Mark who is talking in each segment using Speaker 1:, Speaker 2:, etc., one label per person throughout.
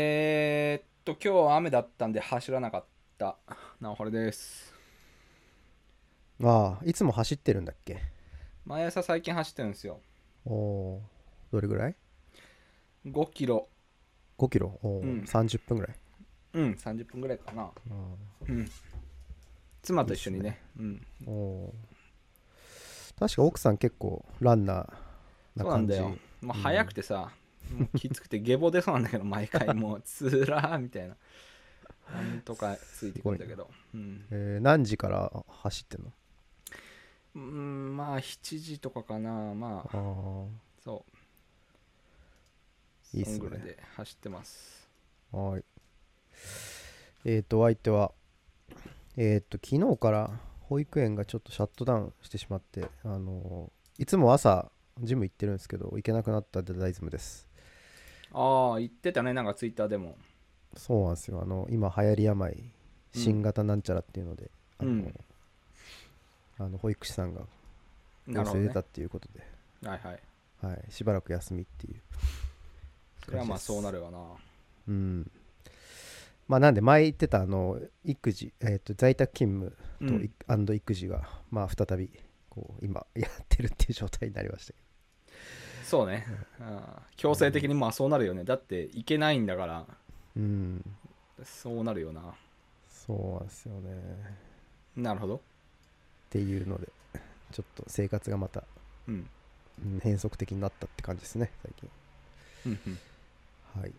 Speaker 1: えー、っと、今日は雨だったんで走らなかった。なおはるです。
Speaker 2: ああいつも走ってるんだっけ
Speaker 1: 毎朝最近走ってるんですよ。
Speaker 2: おおーどれぐらい
Speaker 1: 5キロ。
Speaker 2: 5キロおー、
Speaker 1: うん
Speaker 2: 30分ぐらい、
Speaker 1: うん、30分ぐらいかな。
Speaker 2: う
Speaker 1: うん。妻と一緒にね。うん。
Speaker 2: ん、おー確か奥さん結構ランナー
Speaker 1: そ
Speaker 2: な
Speaker 1: うなん
Speaker 2: 感じ
Speaker 1: だよ。まあ、
Speaker 2: うん
Speaker 1: 早くてさ、もうきつくて下ボ出そうなんだけど、毎回もう、つらーみたいな。なんとかついてくるんだけど。うん。
Speaker 2: えー何時から走ってんの
Speaker 1: うん、まあ、7時とかかな。まあ、
Speaker 2: あ
Speaker 1: そう。
Speaker 2: いいっすね
Speaker 1: そんぐらいで走ってます。
Speaker 2: あはーいえっ、ー、とお相手はえっ、ー、と昨日から保育園がちょっとシャットダウンしてしまってあのーいつも朝ジム行ってるんですけど行けなくなったデダイズムです
Speaker 1: ああ、言ってたね、なんかツイッターでも。
Speaker 2: そうなんですよあの今流行り病新型なんちゃらっていうので、
Speaker 1: うん
Speaker 2: あのあの保育士さんが
Speaker 1: なる
Speaker 2: 陽
Speaker 1: ほど、
Speaker 2: 性出
Speaker 1: ね
Speaker 2: た。っていうことで、
Speaker 1: はいはい。
Speaker 2: はい、しばらく休みっていう、
Speaker 1: それはまあ
Speaker 2: 感じです
Speaker 1: そうなるわな。
Speaker 2: うんまあ、なんで前言ってたあの育児、えー、と在宅勤務とい、アンド育児が、まあ、再びこう今 やってるっていう状態になりましたけ
Speaker 1: そうね。あー強制的にまあそうなるよね。だっていけないんだから、
Speaker 2: ど、うん、
Speaker 1: そうなるよな。
Speaker 2: そうなんですよねっ
Speaker 1: なるほど。
Speaker 2: ていうのでちょっと生活がまた、
Speaker 1: うん。
Speaker 2: うん変則的になったって感じですね最近
Speaker 1: うんうん
Speaker 2: はい。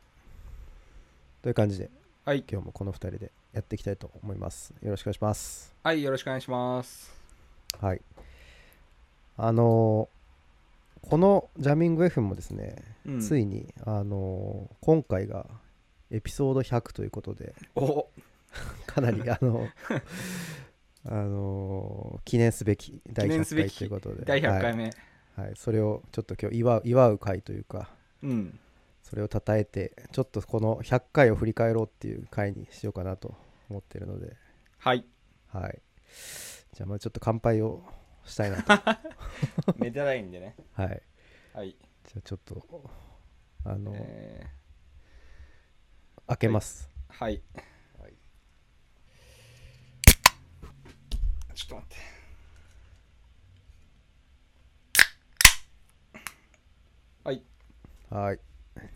Speaker 2: という感じで、
Speaker 1: はい、
Speaker 2: 今日もこの2人でやっていきたいと思います。よろしくお願いします。
Speaker 1: はい、よろしくお願いします。
Speaker 2: はい。あのーこのジャミング F もですね、
Speaker 1: うん、
Speaker 2: ついに、あのー今回がエピソード100ということで、
Speaker 1: お
Speaker 2: かなり、あのあのー記念すべき第
Speaker 1: 記念す
Speaker 2: 100
Speaker 1: べ
Speaker 2: 回
Speaker 1: き
Speaker 2: ということで
Speaker 1: 第100回
Speaker 2: は
Speaker 1: 目。
Speaker 2: いはい、それをちょっと今日祝う祝う回というか
Speaker 1: うん。
Speaker 2: それをたたえてちょっとこの100回を振り返ろうっていう回にしようかなと思ってるので
Speaker 1: はい。
Speaker 2: はいじゃあまあちょっと乾杯をしたいな と
Speaker 1: めでたいんでね。
Speaker 2: はい
Speaker 1: はい。
Speaker 2: じゃあちょっとあの、
Speaker 1: え
Speaker 2: 開けます
Speaker 1: ーはい。
Speaker 2: はい
Speaker 1: ちょっと待って。はい。
Speaker 2: はい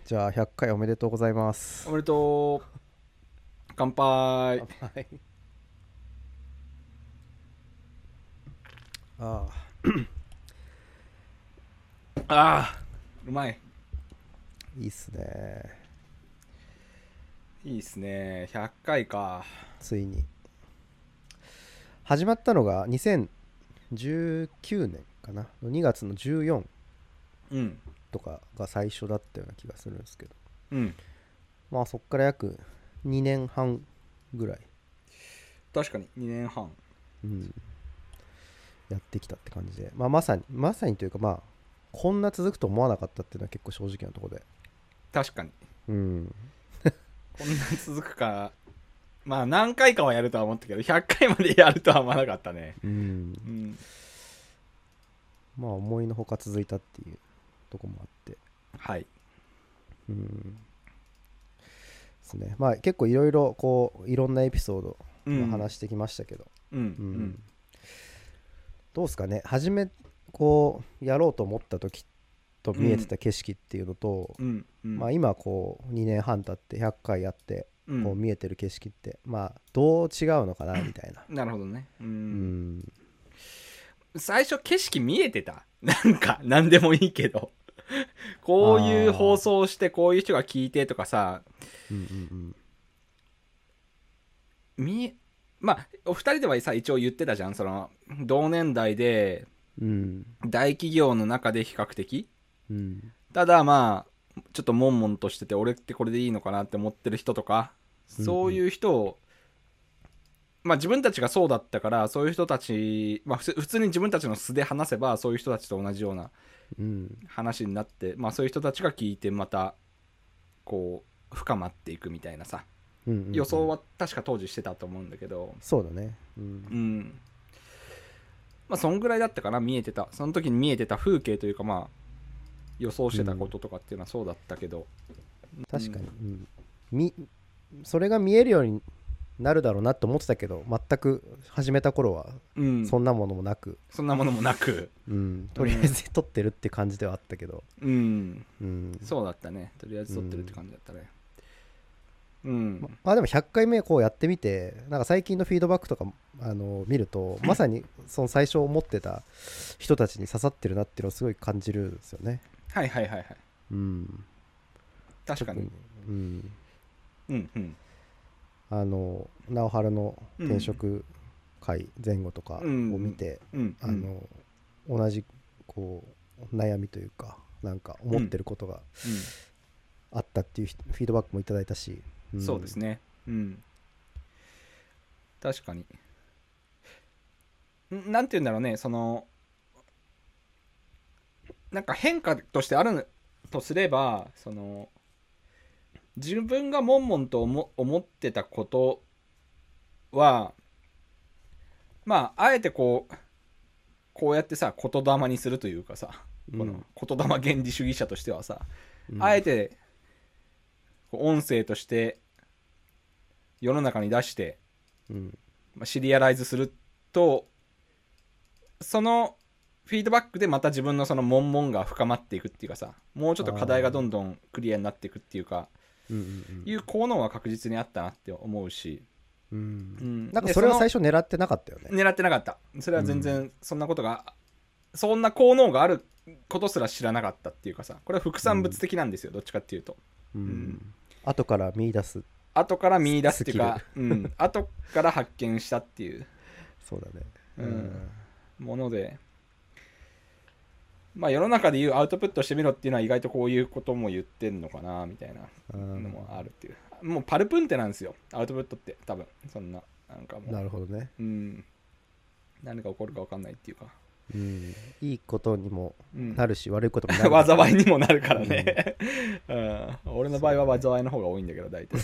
Speaker 2: じゃあ100回おめでとうございます
Speaker 1: おめでとう。乾 杯。
Speaker 2: はいああ
Speaker 1: ああうまい
Speaker 2: いいっすね
Speaker 1: いいっすね100回か
Speaker 2: ついに始まったのが2019年かなの2月の14
Speaker 1: うん
Speaker 2: とかが最初だったような気がするんですけど
Speaker 1: うん
Speaker 2: まあそっから約2年半ぐらい、
Speaker 1: 確かに2年半
Speaker 2: うん、やってきたって感じで、まあ、まさにまさにというかまあこんな続くと思わなかったっていうのは結構正直なところで、
Speaker 1: 確かに
Speaker 2: うん、
Speaker 1: こんなに続くか まあ何回かはやるとは思ったけど100回までやるとは思わなかったね
Speaker 2: うん、
Speaker 1: うん
Speaker 2: まあ思いのほか続いたっていうとこもあって
Speaker 1: はい
Speaker 2: うんですねまあ結構いろいろこういろんなエピソード
Speaker 1: うん
Speaker 2: まあ話してきましたけど、
Speaker 1: うんう
Speaker 2: うん
Speaker 1: ん
Speaker 2: どうですかね初めこうやろうと思った時と見えてた景色っていうのと、
Speaker 1: うんうん
Speaker 2: まあ、今こう2年半経って100回やって
Speaker 1: うん。
Speaker 2: こう見えてる景色って、まあどう違うのかなみたいな
Speaker 1: なるほどねうん、
Speaker 2: うん
Speaker 1: 最初景色見えてた なんか何でもいいけど こういう放送をしてこういう人が聞いてとかさ
Speaker 2: うんうん
Speaker 1: 見えまあお二人ではさ一応言ってたじゃんその同年代で
Speaker 2: うんうん
Speaker 1: 大企業の中で比較的
Speaker 2: うん
Speaker 1: ただまあちょっと悶々としてて俺ってこれでいいのかなって思ってる人とか
Speaker 2: うん
Speaker 1: そういう人を、まあ自分たちがそうだったからそういう人たち、まあ、ふつ普通に自分たちの素で話せばそういう人たちと同じような
Speaker 2: うん
Speaker 1: 話になって、まあ、そういう人たちが聞いてまたこう深まっていくみたいなさ
Speaker 2: うんうん
Speaker 1: 予想は確か当時してたと思うんだけど、
Speaker 2: そうだね、う
Speaker 1: うんん。まあ、そんぐらいだったかな、見えてた。その時に見えてた風景というか、まあ、予想してたこととかっていうのはそうだったけど。
Speaker 2: 確かに、
Speaker 1: う
Speaker 2: うんんみそれが見えるようになるだろうなって思ってたけど全く始めた頃は
Speaker 1: うん、
Speaker 2: そ
Speaker 1: そ
Speaker 2: んなものもなく、
Speaker 1: んなものもなく、
Speaker 2: うんとりあえず撮ってるって感じではあったけど、
Speaker 1: うん、
Speaker 2: うん
Speaker 1: そうだったねとりあえず撮ってるって感じだったねうん、
Speaker 2: ままあでも100回目こうやってみてなんか最近のフィードバックとかあの見るとまさにその最初思ってた人たちに刺さってるなっていうのをすごい感じるんですよね。
Speaker 1: はいはいはいはい
Speaker 2: うん、
Speaker 1: 確かに、
Speaker 2: うん、
Speaker 1: うんうん
Speaker 2: あの直春の転職会前後とかを見て、
Speaker 1: うん
Speaker 2: あの同じこう悩みというかなんか思ってることがあったっていうひフィードバックもいただいたし、
Speaker 1: うんん、そうですねうん確かにんなんて言うんだろうねそのなんか変化としてあるとすればその自分が悶々と思思ってたことはまああえてこうこうやってさ言霊にするというかさこの言霊原理主義者としてはさ、
Speaker 2: うん
Speaker 1: あえてこう音声として世の中に出して、
Speaker 2: うん
Speaker 1: まあ、シリアライズするとそのフィードバックでまた自分のその悶々が深まっていくっていうかさもうちょっと課題がどんどんクリアになっていくっていうか
Speaker 2: うんうん
Speaker 1: いう効能は確実にあったなって思うし、
Speaker 2: うんうん
Speaker 1: うん
Speaker 2: なんか
Speaker 1: で
Speaker 2: それは
Speaker 1: の
Speaker 2: 最初狙ってなかったよね。
Speaker 1: 狙ってなかったそれは全然そんなことが、そんな効能があることすら知らなかったっていうかさこれは副産物的なんですよ、どっちかっていうと
Speaker 2: うん
Speaker 1: ん
Speaker 2: 後から見出す
Speaker 1: 後から見出すっていうか、うん、後から発見したっていう
Speaker 2: そうだね。
Speaker 1: うんもので、まあ世の中でいうアウトプットしてみろっていうのは意外とこういうことも言ってんのかなみたいな
Speaker 2: うん
Speaker 1: のもあるっていう、もうパルプンテなんですよ、アウトプットって多分、そんな、なんかも
Speaker 2: な
Speaker 1: う、
Speaker 2: るほどね、
Speaker 1: うん、何が起こるか分かんないっていうか、
Speaker 2: うん。いいことにも
Speaker 1: うん、
Speaker 2: なるし、悪いこともなる。
Speaker 1: 災いにもなるからね、うん、俺の場合は災いの方が多いんだけど、大 体。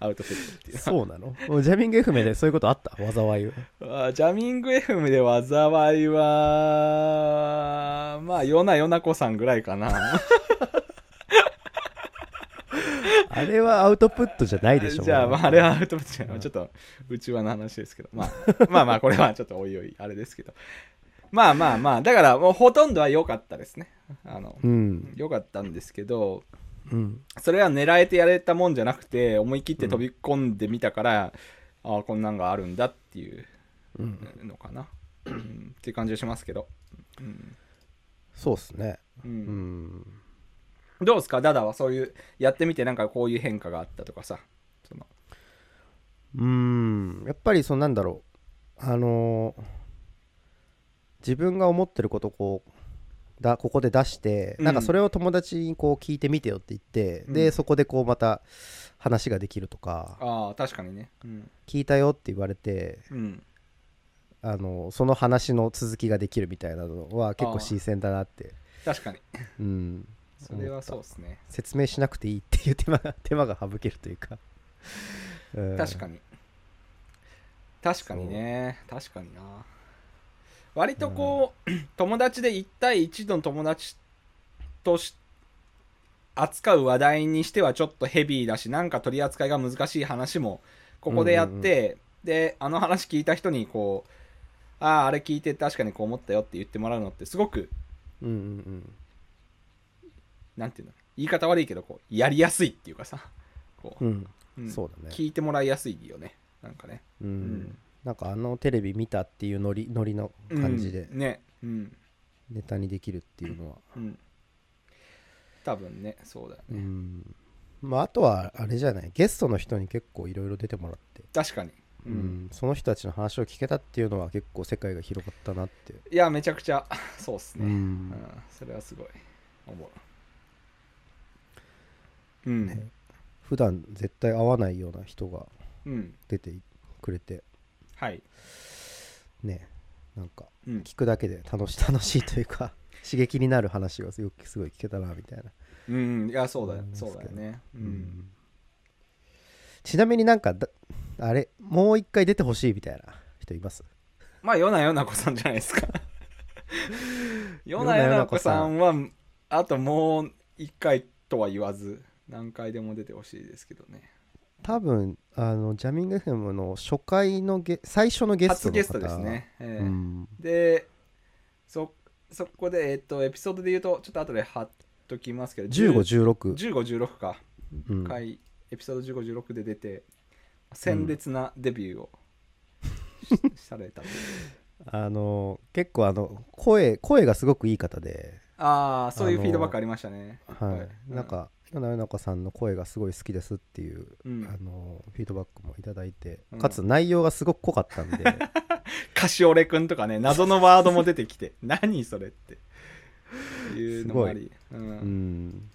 Speaker 1: アウトプットっていうのは
Speaker 2: そうなのおジャミング F 名でそういうことあった災 い。
Speaker 1: あージャミング FM で災いは、まあ、ヨナヨナコさんぐらいかな。
Speaker 2: あれはアウトプットじゃないでしょ。
Speaker 1: じゃあ、まあ、あれはアウトプットじゃ
Speaker 2: う
Speaker 1: ない。
Speaker 2: ん
Speaker 1: ちょっと、内輪の話ですけど。まあ、まあまあ、これはちょっとおいおい、あれですけど。まあまあまあ、だから、もうほとんどは良かったですね。あの、
Speaker 2: うん。
Speaker 1: 良かったんですけど、
Speaker 2: うん。
Speaker 1: それは狙えてやれたもんじゃなくて、思い切って飛び込んでみたから、ああ、こんなんがあるんだっていう
Speaker 2: うん。
Speaker 1: のかな。うんっていう感じがしますけど。うん
Speaker 2: そうっすね。
Speaker 1: う
Speaker 2: うんん。
Speaker 1: どうですかダダはそういうやってみてなんかこういう変化があったとかさその
Speaker 2: うん。やっぱり、そのなんだろう。あのー自分が思ってることをこう、だここで出して、
Speaker 1: うん
Speaker 2: なんかそれを友達にこう聞いてみてよって言って、
Speaker 1: う
Speaker 2: で
Speaker 1: ん
Speaker 2: そこでこうまた話ができるとか
Speaker 1: ああ確かにねうん、
Speaker 2: 聞いたよって言われて
Speaker 1: うん、
Speaker 2: あのその話の続きができるみたいなのは結
Speaker 1: あ
Speaker 2: 構
Speaker 1: ー
Speaker 2: 新鮮だなって、
Speaker 1: 確かに
Speaker 2: うん、
Speaker 1: それはそうですね
Speaker 2: 説明しなくていいっていう手間が 手間が省けるというか、うん
Speaker 1: 確かに確かにね確かにな割とこう、友達で1対1の友達とし扱う話題にしてはちょっとヘビーだしなんか取り扱いが難しい話もここでやって、であの話聞いた人にこうあああれ聞いて確かにこう思ったよって言ってもらうのってすごく
Speaker 2: うんうん
Speaker 1: なんていうの言い方悪いけどこうやりやすいっていうかさこ
Speaker 2: うんうん、
Speaker 1: う、うん
Speaker 2: そうだね
Speaker 1: 聞いてもらいやすいよねなんかね
Speaker 2: うん
Speaker 1: ん
Speaker 2: なんかあのテレビ見たっていうノリノリの感じで
Speaker 1: うんねうん
Speaker 2: ネタにできるっていうのは、
Speaker 1: うん多分ねそうだよ
Speaker 2: う
Speaker 1: ね、
Speaker 2: んまあ、あとはあれじゃないゲストの人に結構いろいろ出てもらって、
Speaker 1: 確かに、う
Speaker 2: うんん、その人たちの話を聞けたっていうのは結構世界が広がったなって、
Speaker 1: いやめちゃくちゃ そうっす
Speaker 2: う
Speaker 1: ね、うん
Speaker 2: ん
Speaker 1: それはすごい思ううん、
Speaker 2: ね普段絶対会わないような人が
Speaker 1: うん
Speaker 2: 出てくれて
Speaker 1: はい、
Speaker 2: ねなんか
Speaker 1: うん、
Speaker 2: 聞くだけで楽し 楽しいというか刺激になる話がすごくすごい聞けたなみたいな、
Speaker 1: うんいやそうだよ
Speaker 2: 思います
Speaker 1: そ
Speaker 2: けど
Speaker 1: うだよねう、
Speaker 2: うんんちなみになんかだあれもう一回出てほしいみたいな人います
Speaker 1: まあよなよなこさんじゃない ですかよ
Speaker 2: よ
Speaker 1: な
Speaker 2: な
Speaker 1: よ
Speaker 2: よ
Speaker 1: な
Speaker 2: な
Speaker 1: こ
Speaker 2: こ
Speaker 1: さ
Speaker 2: さ
Speaker 1: ん
Speaker 2: ん
Speaker 1: はあともう一回とは言わず何回でも出てほしいですけどね
Speaker 2: 多分あのジャミング FM の初回のゲ最初のゲスト
Speaker 1: 初
Speaker 2: の方
Speaker 1: ゲストですね、ええ
Speaker 2: うん、
Speaker 1: でそそこで、えっとエピソードで言うとちょっと後で貼っときますけど
Speaker 2: 1516、
Speaker 1: 1516か、
Speaker 2: うん
Speaker 1: 回エピソード1516で出て鮮烈なデビューを しされたという
Speaker 2: あの結構あの声声がすごくいい方で、
Speaker 1: ああそういう
Speaker 2: あの
Speaker 1: フィードバックありましたね
Speaker 2: はい
Speaker 1: うん
Speaker 2: なんか米中さんの声がすごい好きですっていう、
Speaker 1: うん
Speaker 2: あのフィードバックもいただいて、
Speaker 1: うん
Speaker 2: かつ内容がすごく濃かった んで
Speaker 1: カシオレくんとかね謎のワードも出てきて何それっていうのもあり、う、
Speaker 2: うんん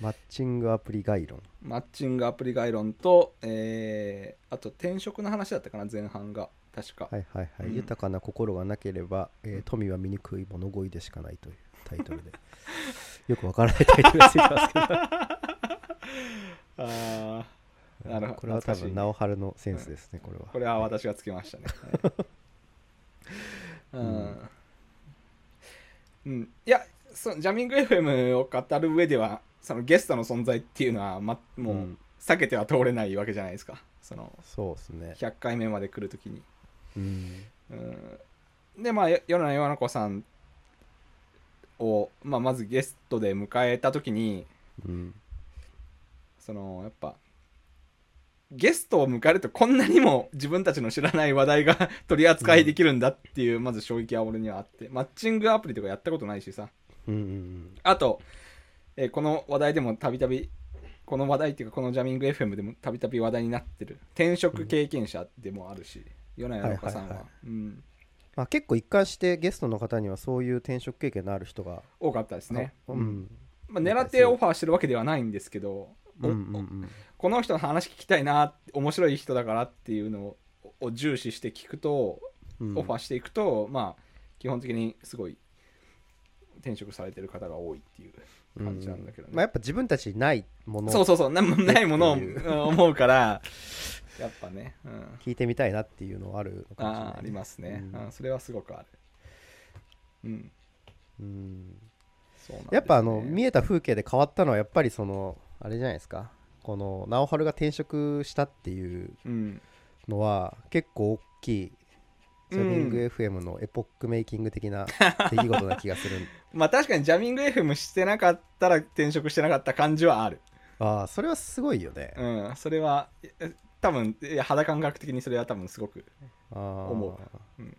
Speaker 2: マッチングアプリ概論
Speaker 1: マッチングアプリ概論と、えーあと転職の話だったかな前半が確か、
Speaker 2: はいはいはい、
Speaker 1: うん
Speaker 2: 豊かな心がなければ、えー富は醜い物乞いでしかないというタイトルで よくわからないタイトルがついて ますけど
Speaker 1: ああなるほど
Speaker 2: これは
Speaker 1: 懐
Speaker 2: 多
Speaker 1: かし
Speaker 2: 分
Speaker 1: い
Speaker 2: 直春のセンスですね、これは
Speaker 1: これは私がつけましたね。はいうんうん、いやそジャミング FM を語る上ではそのゲストの存在っていうのは、ま、もううん避けては通れないわけじゃないですかその
Speaker 2: そうですね、
Speaker 1: 100回目まで来るときに。
Speaker 2: うん、
Speaker 1: うん、でまあよ米野山子さんを、まあ、まずゲストで迎えたときに
Speaker 2: うん、
Speaker 1: そのやっぱゲストを迎えるとこんなにも自分たちの知らない話題が取り扱いできるんだっていう、まず衝撃は俺にはあってマッチングアプリとかやったことないしさ
Speaker 2: うんうん
Speaker 1: あと、えーこの話題でもたびたびこの話題っていうかこのジャミング FM でもたびたび話題になってる転職経験者でもあるし、米谷岡さん
Speaker 2: はいはい
Speaker 1: は
Speaker 2: は
Speaker 1: うん
Speaker 2: まあ、結構一貫してゲストの方にはそういう転職経験のある人が、
Speaker 1: 多かったですね、
Speaker 2: あうん
Speaker 1: まあ、狙ってオファーしてるわけではないんですけど、
Speaker 2: うんうんうん、
Speaker 1: この人の話聞きたいな面白い人だからっていうのをを重視して聞くと
Speaker 2: うん
Speaker 1: オファーしていくと、まあ基本的にすごい転職されてる方が多いっていう感じなんだけどね、
Speaker 2: まあ、やっぱ自分たちにないもの
Speaker 1: そう
Speaker 2: を
Speaker 1: そうそうなないものを
Speaker 2: っていう
Speaker 1: うん思う からやっぱね、うん、
Speaker 2: 聞いてみたいなっていうのはあるのかもしれない
Speaker 1: あーありますね、
Speaker 2: うん
Speaker 1: うんそれはすごくあるうん
Speaker 2: うん
Speaker 1: そうなんですね
Speaker 2: やっぱあの見えた風景で変わったのはやっぱりそのあれじゃないですかこの直春が転職したっていう
Speaker 1: うん
Speaker 2: のは結構大きいジャミング FM のエポックメイキング 的な出来事な気がする、
Speaker 1: まあ確かにジャミング FM してなかったら転職してなかった感じはある
Speaker 2: ああそれはすごいよね、
Speaker 1: うん、それはえ多分いや肌感覚的にそれは多分すごく
Speaker 2: ああ
Speaker 1: 思ううん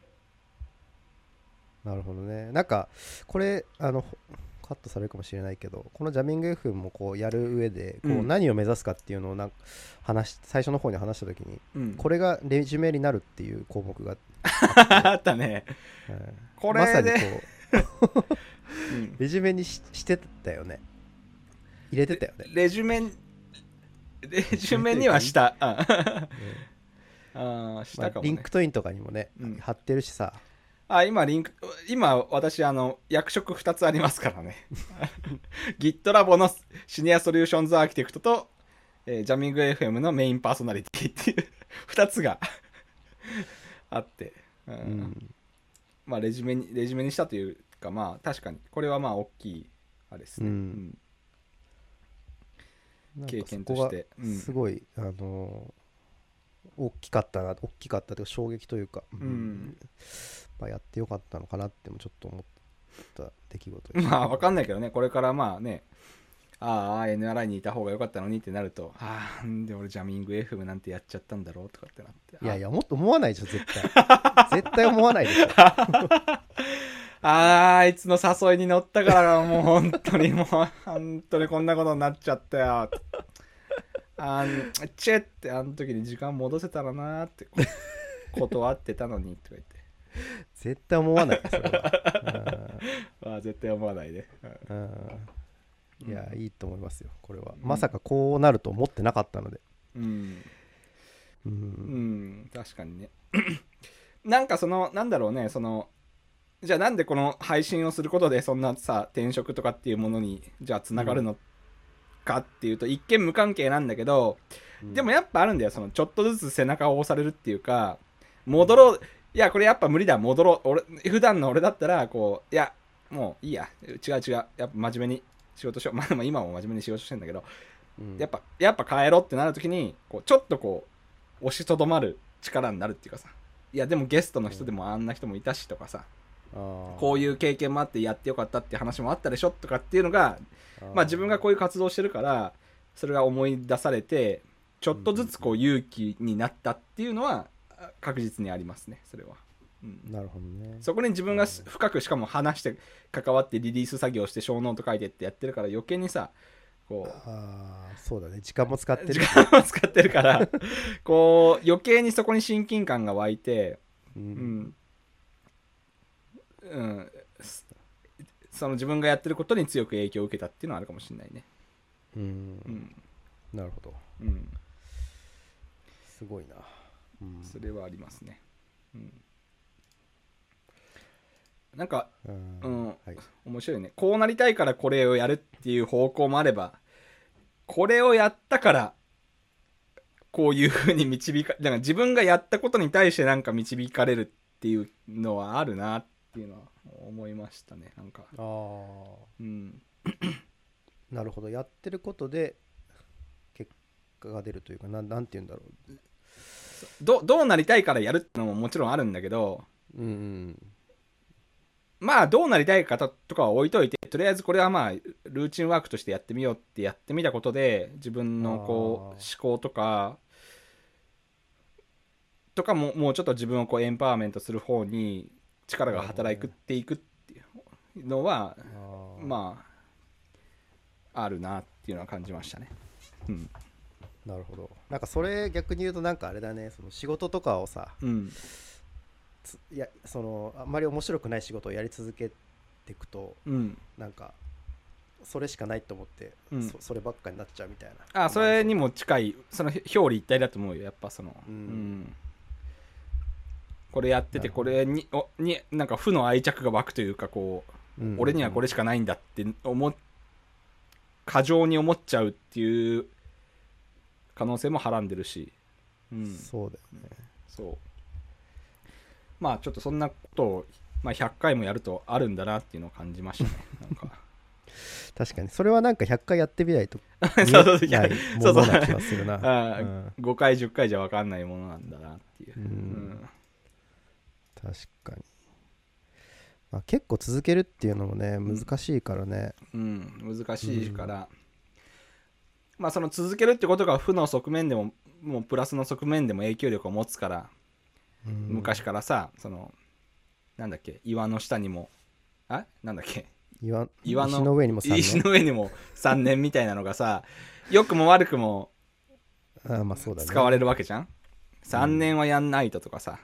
Speaker 2: なるほどねなんかこれあのカットされるかもしれないけどこのジャミング FM もこうやる上で
Speaker 1: う
Speaker 2: こうん何を目指すかっていうのをなんか話し最初の方に話した時に
Speaker 1: うん
Speaker 2: これがレジュメになるっていう項目が、
Speaker 1: あったね
Speaker 2: はい
Speaker 1: こ
Speaker 2: まさ
Speaker 1: れ
Speaker 2: に
Speaker 1: で、
Speaker 2: こ
Speaker 1: う
Speaker 2: う
Speaker 1: ん
Speaker 2: レジュメにししてたよね入れてたよね、
Speaker 1: レジュメンレジュメにはしたああーし
Speaker 2: まあ
Speaker 1: たかも、ね
Speaker 2: リンクトインとかにもね、
Speaker 1: うん
Speaker 2: 貼ってるしさ
Speaker 1: あ今リンク今私あの役職2つありますからね GitLab のシニアソリューションズアーキテクトと、えージャミング FM のメインパーソナリティっていう2つがあって、うん
Speaker 2: うん
Speaker 1: まあ、レジュメにレジュメにしたというかまあ確かにこれはまあ大きいあれですね、
Speaker 2: うん
Speaker 1: うん
Speaker 2: なんか
Speaker 1: 経験として
Speaker 2: そこがすごい、あのー大きかったな大きかったというか衝撃というか、
Speaker 1: ん
Speaker 2: まあ、やってよかったのかなってもちょっと思った出来事です
Speaker 1: まあわかん ないけどねこれからまあねああ NRI にいた方が良かったのにってなるとああんで俺ジャミング FM なんてやっちゃったんだろうとかってなって
Speaker 2: いやい
Speaker 1: や
Speaker 2: やもっと思わないでしょ絶 対絶対思わないでしょ
Speaker 1: あーあいつの誘いに乗ったからもう本当にもう本当にこんなことになっちゃったよあんチェってあの時に時間戻せたらなーってこ 断ってたのにとか言って
Speaker 2: 絶対思わないそれは
Speaker 1: ああ絶対思わないで、うん
Speaker 2: うんうんいやいいと思いますよこれは、
Speaker 1: ん
Speaker 2: まさかこうなると思ってなかったので
Speaker 1: うん、
Speaker 2: う
Speaker 1: うんん、確かにね なんかそのなんだろうねそのじゃあなんでこの配信をすることでそんなさ転職とかっていうものにじゃあつながるのかっていうと、一見無関係なんだけど、でもやっぱあるんだよそのちょっとずつ背中を押されるっていうか戻ろういやこれやっぱ無理だ戻ろう俺普段の俺だったらこういやもういいや違う違うやっぱ真面目に仕事しようまあまあ今も真面目に仕事してんだけど
Speaker 2: うん
Speaker 1: やっぱやっぱ変えろってなるときにこうちょっとこう押しとどまる力になるっていうかさいやでもゲストの人でもあんな人もいたしとかさこういう経験もあってやってよかったって話もあったでしょとかっていうのがまあ自分がこういう活動してるからそれが思い出されてちょっとずつこう勇気になったっていうのはあ確実にありますねそれは、うん、
Speaker 2: なるほどね
Speaker 1: そこに自分がす深くしかも話して関わってリリース作業して小ノート書いてってやってるから余計にさこう
Speaker 2: あーそうだね時間も使って
Speaker 1: 時
Speaker 2: る
Speaker 1: 間を使ってるからこう余計にそこに親近感が湧いて
Speaker 2: う
Speaker 1: うんん、うん、すその自分がやってることに強く影響を受けたっていうのはあるかもしれないね
Speaker 2: うん
Speaker 1: うん
Speaker 2: なるほど
Speaker 1: うん
Speaker 2: すごいなうん
Speaker 1: それはありますねうんなんか、
Speaker 2: うん
Speaker 1: うん
Speaker 2: はい
Speaker 1: 面白いねこうなりたいからこれをやるっていう方向もあればこれをやったからこういう風に導かだから自分がやったことに対してなんか導かれるっていうのはあるなっていうのは思いましたねなんか
Speaker 2: あー
Speaker 1: うん
Speaker 2: なるほどやってることで結果が出るというかなんなんて言うんだろ
Speaker 1: どどうなりたいからやるってのももちろんあるんだけど
Speaker 2: ううん
Speaker 1: まあどうなりたいかととかは置いといてとりあえずこれはまあルーチンワークとしてやってみようってやってみたことで自分のこう思
Speaker 2: あ
Speaker 1: 考とかとかももうちょっと自分をこうエンパワーメントする方に力が働くっていくっていうのは
Speaker 2: あー
Speaker 1: まああるなっていうのは感じましたね。うん
Speaker 2: なるほどなんかそれ逆に言うとなんかあれだねその仕事とかをさ
Speaker 1: うん
Speaker 2: ついやそのあんまり面白くない仕事をやり続けていくと
Speaker 1: うん、
Speaker 2: なんかそれしかないと思って、
Speaker 1: うん
Speaker 2: そそればっかになっちゃうみたいな
Speaker 1: あそれに
Speaker 2: も
Speaker 1: も近いその表裏一体だと思うよやっぱその、
Speaker 2: うん
Speaker 1: うんこれやってて
Speaker 2: なる
Speaker 1: こ
Speaker 2: ほど
Speaker 1: れにおになんか負の愛着が湧くというかこう、俺にはこれしかないんだって思っ過剰に思っちゃうっていう可能性もはらんでるし、うん、
Speaker 2: そうだよね
Speaker 1: そうまあちょっとそんなことを、まあ、100回もやるとあるんだなっていうのを感じましたねなんか
Speaker 2: 確かにそれはなんか100回やってみないと
Speaker 1: そうそう
Speaker 2: 見えない
Speaker 1: そ
Speaker 2: も
Speaker 1: うそう
Speaker 2: のな気がするな
Speaker 1: あー
Speaker 2: うん
Speaker 1: 5回10回じゃ分かんないものなんだなっていう、
Speaker 2: うん
Speaker 1: うん
Speaker 2: 確かに、まあ、結構続けるっていうのもね難しいからね
Speaker 1: うん、難しいから、まあその続けるってことが負の側面でももうプラスの側面でも影響力を持つから、昔
Speaker 2: か
Speaker 1: からさそのなんだっけ岩の下にもあなんだっけ
Speaker 2: 岩
Speaker 1: 岩の
Speaker 2: 石の上にも3
Speaker 1: 石
Speaker 2: 年
Speaker 1: の上にも3年みたいなのがさ良くも悪くも
Speaker 2: あーまあそうだね
Speaker 1: 使われるわけじゃん、3年はやんないととかさ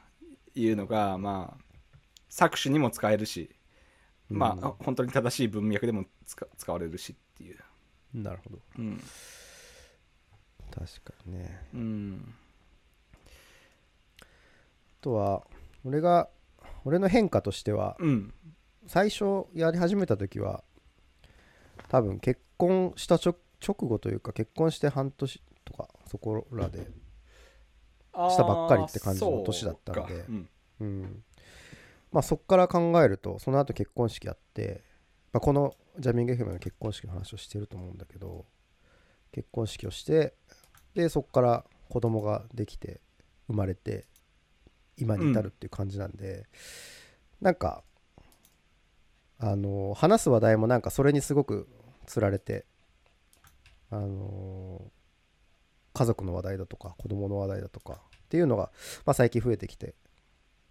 Speaker 1: いうのがまあ搾取にも使えるし、まあ本当に正しい文脈でも使使われるしっていう、
Speaker 2: うんなるほど
Speaker 1: うん、
Speaker 2: 確かにね
Speaker 1: うん。
Speaker 2: あとは俺が俺の変化としては
Speaker 1: うん。
Speaker 2: 最初やり始めた時は多分結婚した直直後というか結婚して半年とかそこらで、
Speaker 1: し
Speaker 2: 下ばっかりって感じの年だったんで
Speaker 1: うん。
Speaker 2: うん、まあそこから考えるとその後結婚式やって、まあ、このジャミング FM の結婚式の話をしてると思うんだけど結婚式をしてでそこから子供ができて生まれて今に至るっていう感じなんで、なんかあの話す話題もなんかそれにすごくつられてあの家族の話題だとか子供の話題だとかっていうのが、まあ、最近増えてきて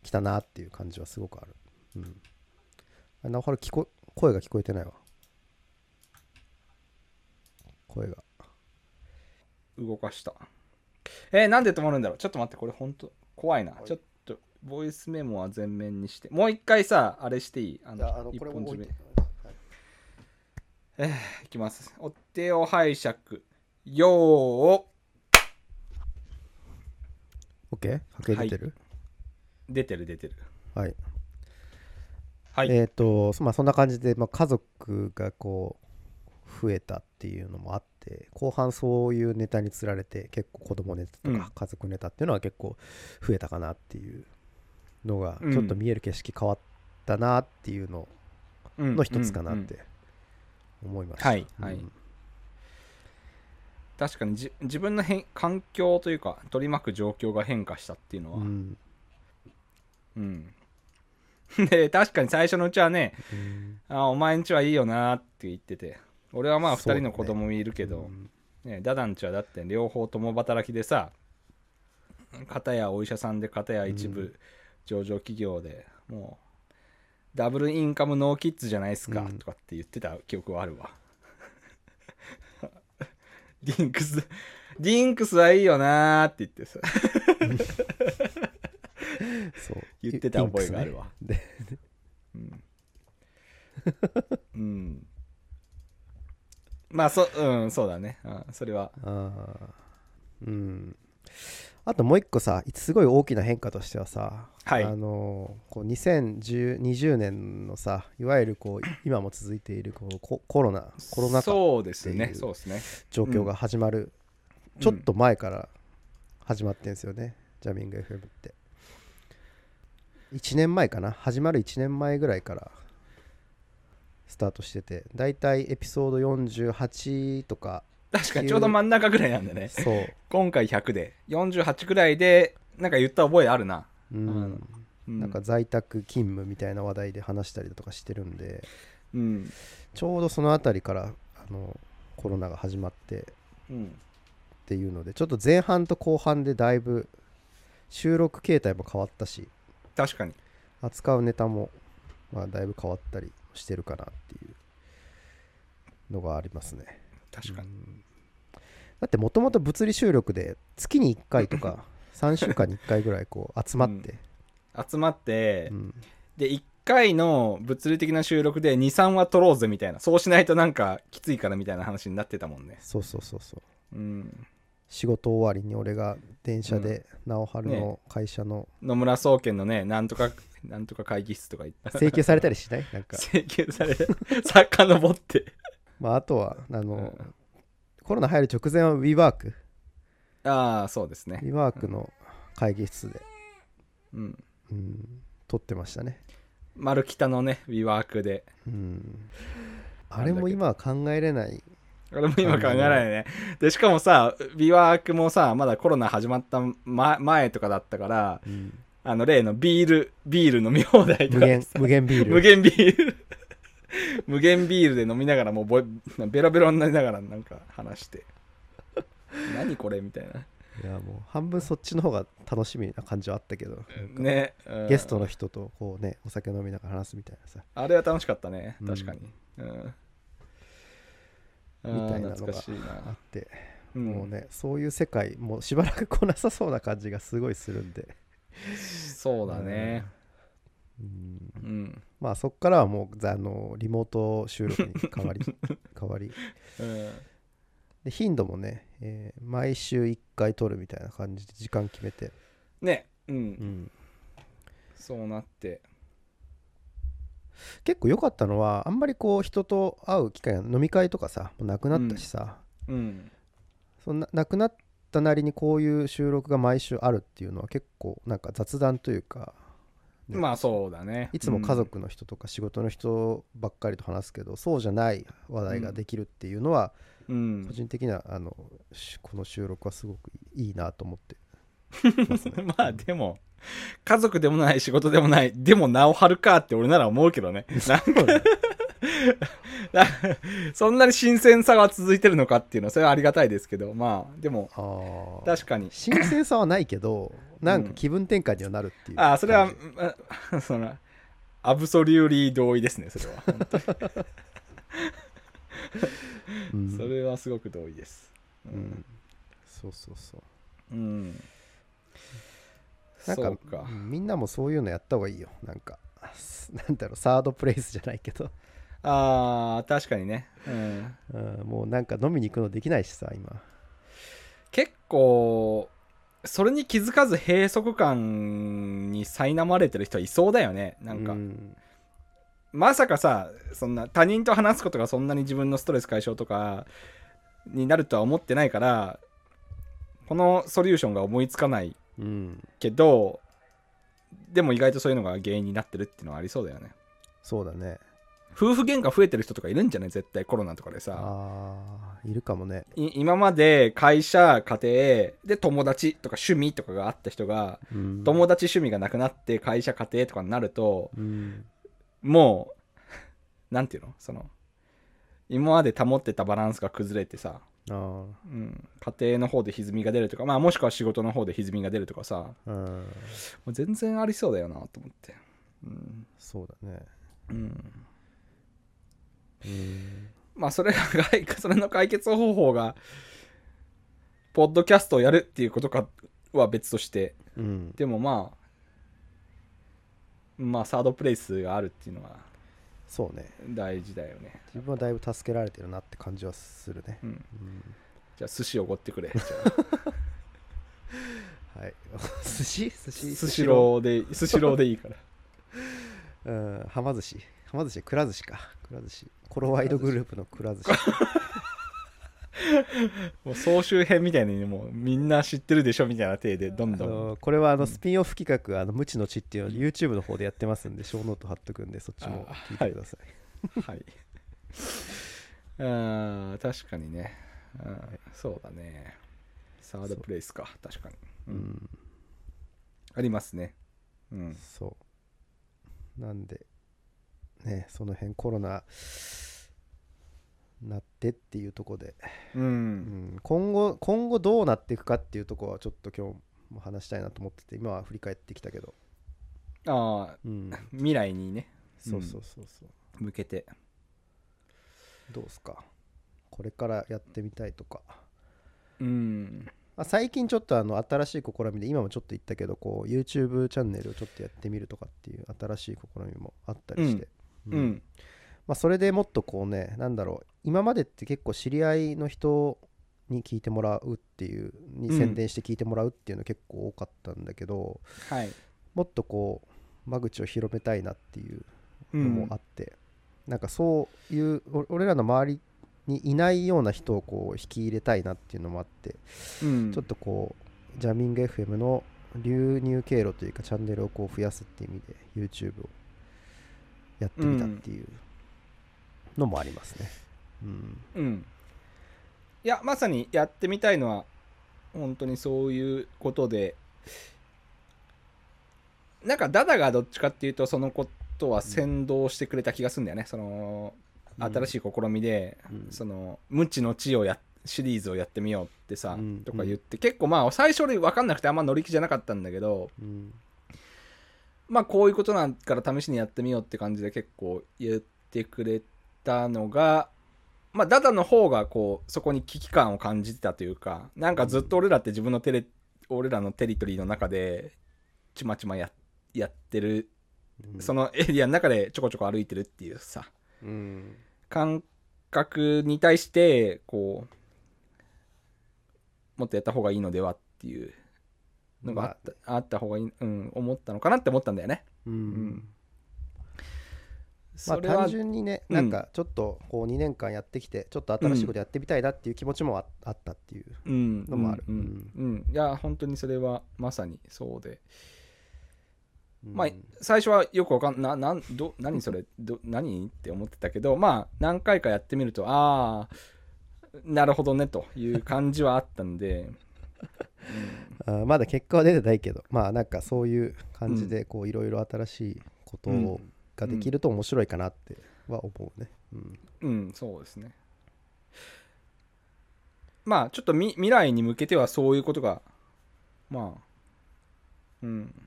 Speaker 2: きたなっていう感じはすごくあるうんあなおはる聞こ声が聞こえてないわ声が
Speaker 1: 動かした。えーなんで止まるんだろうちょっと待って、これ本当怖いな。
Speaker 2: い
Speaker 1: ちょっと、ボイスメモは全面にして。もう一回さ、あれしていいあの、一本締め。いきます。お手を拝借。よーを
Speaker 2: OK? 波形出てる
Speaker 1: 出てる出てる。
Speaker 2: はい、
Speaker 1: はい。
Speaker 2: えっ、とそまあそんな感じで、まあ、家族がこう増えたっていうのもあって後半そういうネタにつられて結構子供ネタと
Speaker 1: うん
Speaker 2: か家族ネタっていうのは結構増えたかなっていうのが
Speaker 1: うん
Speaker 2: ちょっと見える景色変わったなっていうの
Speaker 1: うん
Speaker 2: の一つかなっ
Speaker 1: うんうん
Speaker 2: て思いました、
Speaker 1: はいはい
Speaker 2: うん
Speaker 1: 確かにじ自分の変環境というか取り巻く状況が変化したっていうのは、
Speaker 2: う
Speaker 1: うん
Speaker 2: ん
Speaker 1: で確かに最初のうちはね
Speaker 2: うん
Speaker 1: 「あお前んちはいいよな」って言ってて俺はまあ2
Speaker 2: そうだね
Speaker 1: 人の子供もいるけど、ね、ダダンチはだって両方共働きでさ片やお医者さんで片や一
Speaker 2: う
Speaker 1: 部上場企業で、もうダブルインカムノーキッズじゃないですか、
Speaker 2: うん
Speaker 1: とかって言ってた記憶はあるわ ディンクスディンクスはいいよなーって言ってさ
Speaker 2: そう
Speaker 1: 言ってた覚えがあるわ
Speaker 2: で
Speaker 1: うん、うん、まあそうんそうだね、うん、それは
Speaker 2: あーうんあともう一個さすごい大きな変化としてはさ、
Speaker 1: はい
Speaker 2: あのーこう2020年のさいわゆるこう今も続いているこうココロナコロナ禍
Speaker 1: そうです
Speaker 2: って
Speaker 1: ね
Speaker 2: いう
Speaker 1: そうですね
Speaker 2: 状況が始まる、
Speaker 1: うん
Speaker 2: ちょっと前から始まってんですよね、ジャミング FM って1年前かな始まる1年前ぐらいからスタートしててだいたいエピソード48とか
Speaker 1: 確かにちょうど真ん中ぐらいなんだね
Speaker 2: そう
Speaker 1: 今回100で48くらいでなんか言った覚えあるな、
Speaker 2: うん、
Speaker 1: うん、
Speaker 2: なんか在宅勤務みたいな話題で話したりだとかしてるんで
Speaker 1: うん、
Speaker 2: ちょうどその辺りからあのコロナが始まって
Speaker 1: うん、
Speaker 2: っていうのでちょっと前半と後半でだいぶ収録形態も変わったし
Speaker 1: 確かに
Speaker 2: 扱うネタも、まあ、だいぶ変わったりしてるかなっていうのがありますね。
Speaker 1: 確かに、
Speaker 2: うんだってもともと物理収録で月に1回と か3週間に1回ぐらいこう集まって、
Speaker 1: 集まって、
Speaker 2: うん
Speaker 1: で1回の物理的な収録で23話撮ろうぜみたいなそうしないとなんかきついからみたいな話になってたもんね
Speaker 2: そうそうそうそう
Speaker 1: うん
Speaker 2: 仕事終わりに俺が電車で直春の会社の
Speaker 1: 野村総研のねなんとかなんとか会議室とか行って
Speaker 2: 請求されたりしないな んか、
Speaker 1: 請求されさかのぼって
Speaker 2: まあ、あとはあのコロナ入る直前は WeWorkWeWork
Speaker 1: ああそうですね
Speaker 2: の会議室で、
Speaker 1: うん
Speaker 2: うん、撮ってましたね、
Speaker 1: 丸北のね WeWork で
Speaker 2: うん、あれも今は考えれない
Speaker 1: 俺も今考えられないね。で、しかもさ、ビワークもさ、まだコロナ始まったま前とかだったから、
Speaker 2: うん
Speaker 1: あの例のビール、ビール飲み放題と
Speaker 2: 無
Speaker 1: か
Speaker 2: 限無限ビール
Speaker 1: 無限ビール。 無限ビールで飲みながら、もうボイベロベロになりながらなんか話して。何これみたいな。
Speaker 2: いやもう半分そっちの方が楽しみな感じはあったけど、なんか
Speaker 1: ね、うん
Speaker 2: ゲストの人とこうねお酒飲みながら話すみたいなさ
Speaker 1: あれは楽しかったね
Speaker 2: う。ん
Speaker 1: 確かに。うん。あ
Speaker 2: みた
Speaker 1: ー
Speaker 2: いなのが
Speaker 1: 懐かしい
Speaker 2: あ
Speaker 1: な。
Speaker 2: って、
Speaker 1: ん
Speaker 2: もうねそういう世界もうしばらく来なさそうな感じがすごいするんで、
Speaker 1: そうだね。
Speaker 2: うん、
Speaker 1: うん。
Speaker 2: まあそっからはもうざあのリモート収録に変わ り変わり
Speaker 1: うん
Speaker 2: で頻度もね、えー毎週1回撮るみたいな感じで時間決めて、
Speaker 1: ね、う。
Speaker 2: うんん、
Speaker 1: そうなって。
Speaker 2: 結構良かったのはあんまりこう人と会う機会が飲み会とかさもうなくなったしさ、
Speaker 1: うん。
Speaker 2: そんななくなったなりにこういう収録が毎週あるっていうのは結構なんか雑談というか、ね
Speaker 1: まあそうだね
Speaker 2: いつも家、族の人とか仕事の人ばっかりと話すけど、そうじゃない話題ができるっていうのは、
Speaker 1: うん
Speaker 2: 個人的にはあのしこの収録はすごくいいなと思ってます
Speaker 1: う
Speaker 2: ね
Speaker 1: ん まあでも家族でもない仕事でもないでもなおはるかって俺なら思うけどねな
Speaker 2: そうね
Speaker 1: なそんなに新鮮さは続いてるのかっていうのはそれはありがたいですけどまあでも
Speaker 2: あー
Speaker 1: 確かに
Speaker 2: 新鮮さはないけどなんか気分転換にはなるっていう、
Speaker 1: ああそれはあ そのアブソリューリー同意ですねそれは本当に
Speaker 2: うん
Speaker 1: それはすごく同意です
Speaker 2: うん、そうそうそう
Speaker 1: うん
Speaker 2: なんか
Speaker 1: そうか
Speaker 2: うんみんなもそういうのやった方がいいよなんか すなんだろうサードプレイスじゃないけど、
Speaker 1: ああ確かにね、うん、
Speaker 2: うんもうなんか飲みに行くのできないしさ今
Speaker 1: 結構それに気づかず閉塞感に苛まれてる人はいそうだよねなんか、
Speaker 2: う
Speaker 1: まさかさそんな他人と話すことがそんなに自分のストレス解消とかになるとは思ってないからこのソリューションが思いつかない
Speaker 2: うん
Speaker 1: けどでも意外とそういうのが原因になってるっていうのはありそうだよね
Speaker 2: そうだね
Speaker 1: 夫婦喧嘩増えてる人とかいるんじゃない絶対コロナとかでさ
Speaker 2: あーいるかもね
Speaker 1: い今まで会社家庭で友達とか趣味とかがあった人が
Speaker 2: うん
Speaker 1: 友達趣味がなくなって会社家庭とかになると
Speaker 2: うん
Speaker 1: もうなんていうのその今まで保ってたバランスが崩れてさ、
Speaker 2: あー
Speaker 1: うん、家庭の方で歪みが出るとか、まあ、もしくは仕事の方で歪みが出るとかさも
Speaker 2: うん
Speaker 1: う全然ありそうだよなと思ってうん、
Speaker 2: そうだね
Speaker 1: うん、
Speaker 2: うん
Speaker 1: まあそれがそれの解決方法がポッドキャストをやるっていうことかは別として
Speaker 2: うん
Speaker 1: でもまあまあサードプレイスがあるっていうのは
Speaker 2: そうね
Speaker 1: 大事だよね
Speaker 2: 自分はだいぶ助けられてるなって感じはするね
Speaker 1: うん
Speaker 2: うん
Speaker 1: じゃあ寿司おごってくれ
Speaker 2: はい 寿司寿司
Speaker 1: 寿司ローで寿司ローでいいから
Speaker 2: うんはま寿司はま寿司くら寿司かくら寿司コロワイドグループのくら寿司
Speaker 1: もう総集編みたいにもうみんな知ってるでしょみたいな体でどん
Speaker 2: あ
Speaker 1: どん
Speaker 2: のこれはあのスピンオフ企画「あの無知の知」っていうのを YouTube の方でやってますんで小ノート貼っとくんでそっちも聞いてください
Speaker 1: はいうん確かにね、うん、そうだねサードプレイスか確かに、
Speaker 2: う
Speaker 1: うん
Speaker 2: ん
Speaker 1: ありますねうん
Speaker 2: そうなんでねその辺コロナなってっていうところで、
Speaker 1: う
Speaker 2: うんん、今後今後どうなっていくかっていうところはちょっと今日も話したいなと思ってて今は振り返ってきたけど、
Speaker 1: ああ
Speaker 2: うん、
Speaker 1: 未来にね
Speaker 2: そうそうそうそう、
Speaker 1: 向けて
Speaker 2: どうっすかこれからやってみたいとか、
Speaker 1: うん
Speaker 2: あ、最近ちょっとあの新しい試みで今もちょっと言ったけどこう YouTube チャンネルをちょっとやってみるとかっていう新しい試みもあったりして、
Speaker 1: う
Speaker 2: うん
Speaker 1: ん
Speaker 2: まあ、それでもっとこうねなんだろう今までって結構知り合いの人に聞いてもらうっていうに
Speaker 1: うん
Speaker 2: 宣伝して聞いてもらうっていうの結構多かったんだけど、
Speaker 1: はい
Speaker 2: もっとこう間口を広めたいなっていう
Speaker 1: う
Speaker 2: のもあって、なんかそういうお俺らの周りにいないような人をこう引き入れたいなっていうのもあって、
Speaker 1: うん
Speaker 2: ちょっとこうジャミング FM の流入経路というかチャンネルをこう増やすっていう意味で YouTube をやってみたっていうのもありますね。うん、
Speaker 1: うんいやまさにやってみたいのは本当にそういうことでなんかダダがどっちかっていうとそのことは先導してくれた気がするんだよね、その新しい試みで、
Speaker 2: うん
Speaker 1: その無知の知をやシリーズをやってみようってさ、
Speaker 2: うん
Speaker 1: とか言って結構まあ最初より分かんなくてあんま乗り気じゃなかったんだけど
Speaker 2: うん
Speaker 1: まあこういうことなんから試しにやってみようって感じで結構言ってくれたのがまあダダの方がこうそこに危機感を感じてたというかなんかずっと俺らって自分のテレ俺らのテリトリーの中でちまちまややってる
Speaker 2: うん
Speaker 1: そのエリアの中でちょこちょこ歩いてるっていうさ、
Speaker 2: うん
Speaker 1: 感覚に対してこうもっとやった方がいいのではっていうのがあった,、あ、った方がいい、うん、思ったのかなって思ったんだよね。
Speaker 2: うん
Speaker 1: ん
Speaker 2: ま
Speaker 1: そ
Speaker 2: あ
Speaker 1: れは、
Speaker 2: 単純にね、
Speaker 1: うん
Speaker 2: なんかちょっとこう2年間やってきて、ちょっと新しいことやってみたいなっていう気持ちもああったっていう。
Speaker 1: うん、
Speaker 2: のもある
Speaker 1: うんうんうんいや本当にそれはまさにそうで、まあ
Speaker 2: うん
Speaker 1: 最初はよくわかんななんど何それど何って思ってたけどまあ何回かやってみるとああなるほどねという感じはあったんで、
Speaker 2: あーまだ結果は出てないけどまあなんかそういう感じでこういろいろ新しいことをができると面白いかなっては思うね、うん
Speaker 1: うん、そうですね。まあ、ちょっとみ未来に向けてはそういうことが、まあ、うん、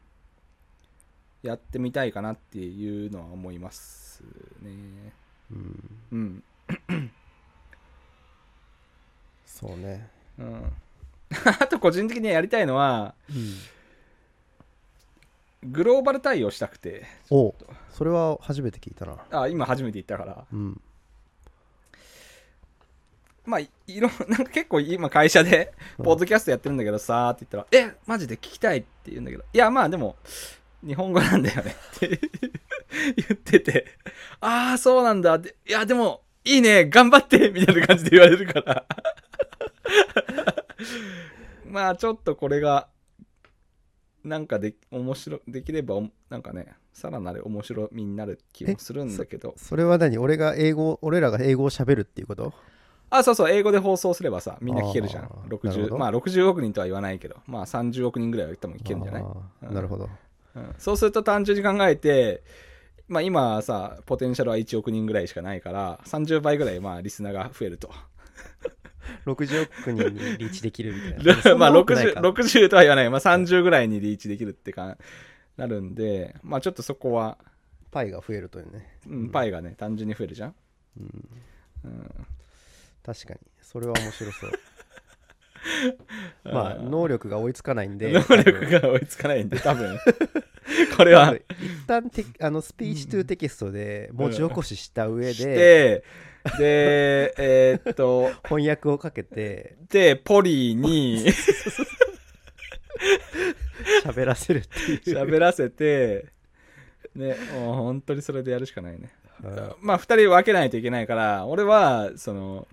Speaker 1: やってみたいかなっていうのは思いますね。
Speaker 2: うん、
Speaker 1: うん。
Speaker 2: そうね、
Speaker 1: うん、 あと、個人的にやりたいのは、グローバル対応したくて、
Speaker 2: おそれは初めて聞いたな
Speaker 1: あ、今初めて言ったから、
Speaker 2: うん
Speaker 1: まあ、いいろ ん、なんか結構今会社で、
Speaker 2: うん
Speaker 1: ポッドキャストやってるんだけどさーって言ったら、え、マジで聞きたいって言うんだけど、いや、まあでも、日本語なんだよねって言ってて、ああ、そうなんだって、いや、でも、いいね、頑張ってみたいな感じで言われるから。 まあ、ちょっとこれが、うなんかで面白できればおもなんかねさらなる面白みになる気もするんだけど
Speaker 2: それは何俺が英語俺らが英語を喋るっていうこと
Speaker 1: あそうそう英語で放送すればさみんな聞けるじゃん
Speaker 2: あーなるほ
Speaker 1: 60
Speaker 2: ど
Speaker 1: まあ60億人とは言わないけどまあ30億人ぐらいは多分聞けるんじゃない
Speaker 2: あー
Speaker 1: うん
Speaker 2: なるほど
Speaker 1: うんそうすると単純に考えて、まあ、今さポテンシャルは1億人ぐらいしかないから30倍ぐらいまあリスナーが増えると
Speaker 3: 60億人にリーチできるみたい な。
Speaker 1: まあ
Speaker 3: そんな多くないか
Speaker 1: 60, 60とは言わない、まあ、30ぐらいにリーチできるってかなるんで、まあ、ちょっとそこは、
Speaker 2: パイが増えるというね、
Speaker 1: うん、パイがね単純に増えるじゃん、
Speaker 2: うん、
Speaker 1: うん、
Speaker 2: 確かにそれは面白そう まあ
Speaker 1: あー
Speaker 2: 能力が追いつかないんで
Speaker 1: 能力が追いつかないんで多分これは
Speaker 2: 一旦てあのスピーチトゥーテキストで文字起こしした上
Speaker 1: して
Speaker 2: で
Speaker 1: でえーっ と
Speaker 2: 翻訳をかけて
Speaker 1: でポリー に
Speaker 2: 喋らせるっていう
Speaker 1: 喋らせてねもう本当にそれでやるしかないね
Speaker 2: うん
Speaker 1: まあ2人分けないといけないから俺はその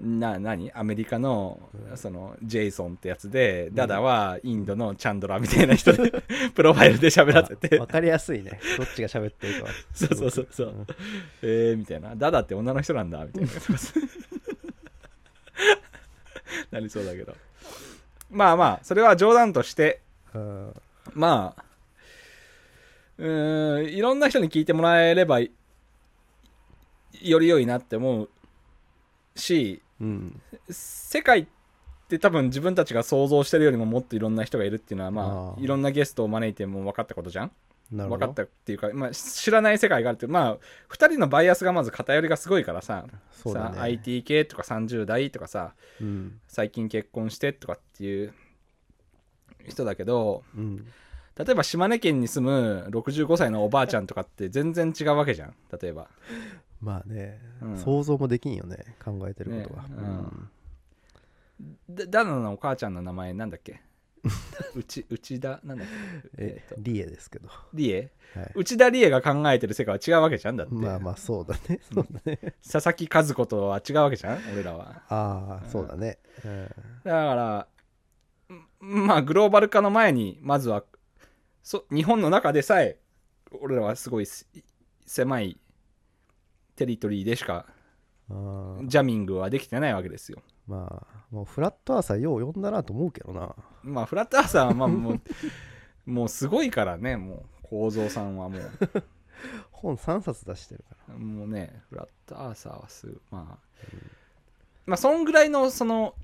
Speaker 1: な何アメリカのそのジェイソンってやつで、ダダはインドのチャンドラみたいな人 でプロファイルで喋らせて
Speaker 2: わかりやすいねどっちが喋ってるかは
Speaker 1: そうそうそうそう、えー、みたいなダダって女の人なんだみたいななりそうだけどまあまあそれは冗談として
Speaker 2: うんうん
Speaker 1: まあ、うーん、いろんな人に聞いてもらえればい、より良いなって思うし、
Speaker 2: うん
Speaker 1: 世界って多分自分たちが想像してるよりももっといろんな人がいるっていうのは、ま
Speaker 2: あ
Speaker 1: あ、
Speaker 2: ー
Speaker 1: いろんなゲストを招いても分かったことじゃん
Speaker 2: なるほ
Speaker 1: 分
Speaker 2: ど
Speaker 1: かったっていうか、まあ、知らない世界があるって、まあ、2人のバイアスがまず偏りがすごいからさ、
Speaker 2: そうだね
Speaker 1: さ IT 系とか30代とかさ、
Speaker 2: うん
Speaker 1: 最近結婚してとかっていう人だけど、
Speaker 2: うん
Speaker 1: 例えば島根県に住む65歳のおばあちゃんとかって全然違うわけじゃん例えば
Speaker 2: まあね、
Speaker 1: うん
Speaker 2: 想像もできんよね考えてることが、
Speaker 1: ね
Speaker 2: う
Speaker 1: うんんだダナのお母ちゃんの名前なんだっけ うち内田なんだっけ
Speaker 2: え
Speaker 1: えっと
Speaker 2: リエですけど、は
Speaker 1: 理恵
Speaker 2: い、
Speaker 1: 内田理恵が考えてる世界は違うわけじゃんだって、
Speaker 2: まあまあそうだねそうだね
Speaker 1: 佐々木和子とは違うわけじゃん俺らは
Speaker 2: ああそうだね、うん
Speaker 1: だからんまあグローバル化の前にまずはそ日本の中でさえ俺らはすごいす狭いテリトリーでしか
Speaker 2: あー
Speaker 1: ジャミングはできてないわけですよ
Speaker 2: まあもうフラットアーサーよう呼んだなと思うけどな
Speaker 1: まあフラッターさんはまあも うもうすごいからねもう構造さんはも
Speaker 2: 本3冊出してるから
Speaker 1: うもうねフラッターさんはすまあまあそんぐらいのその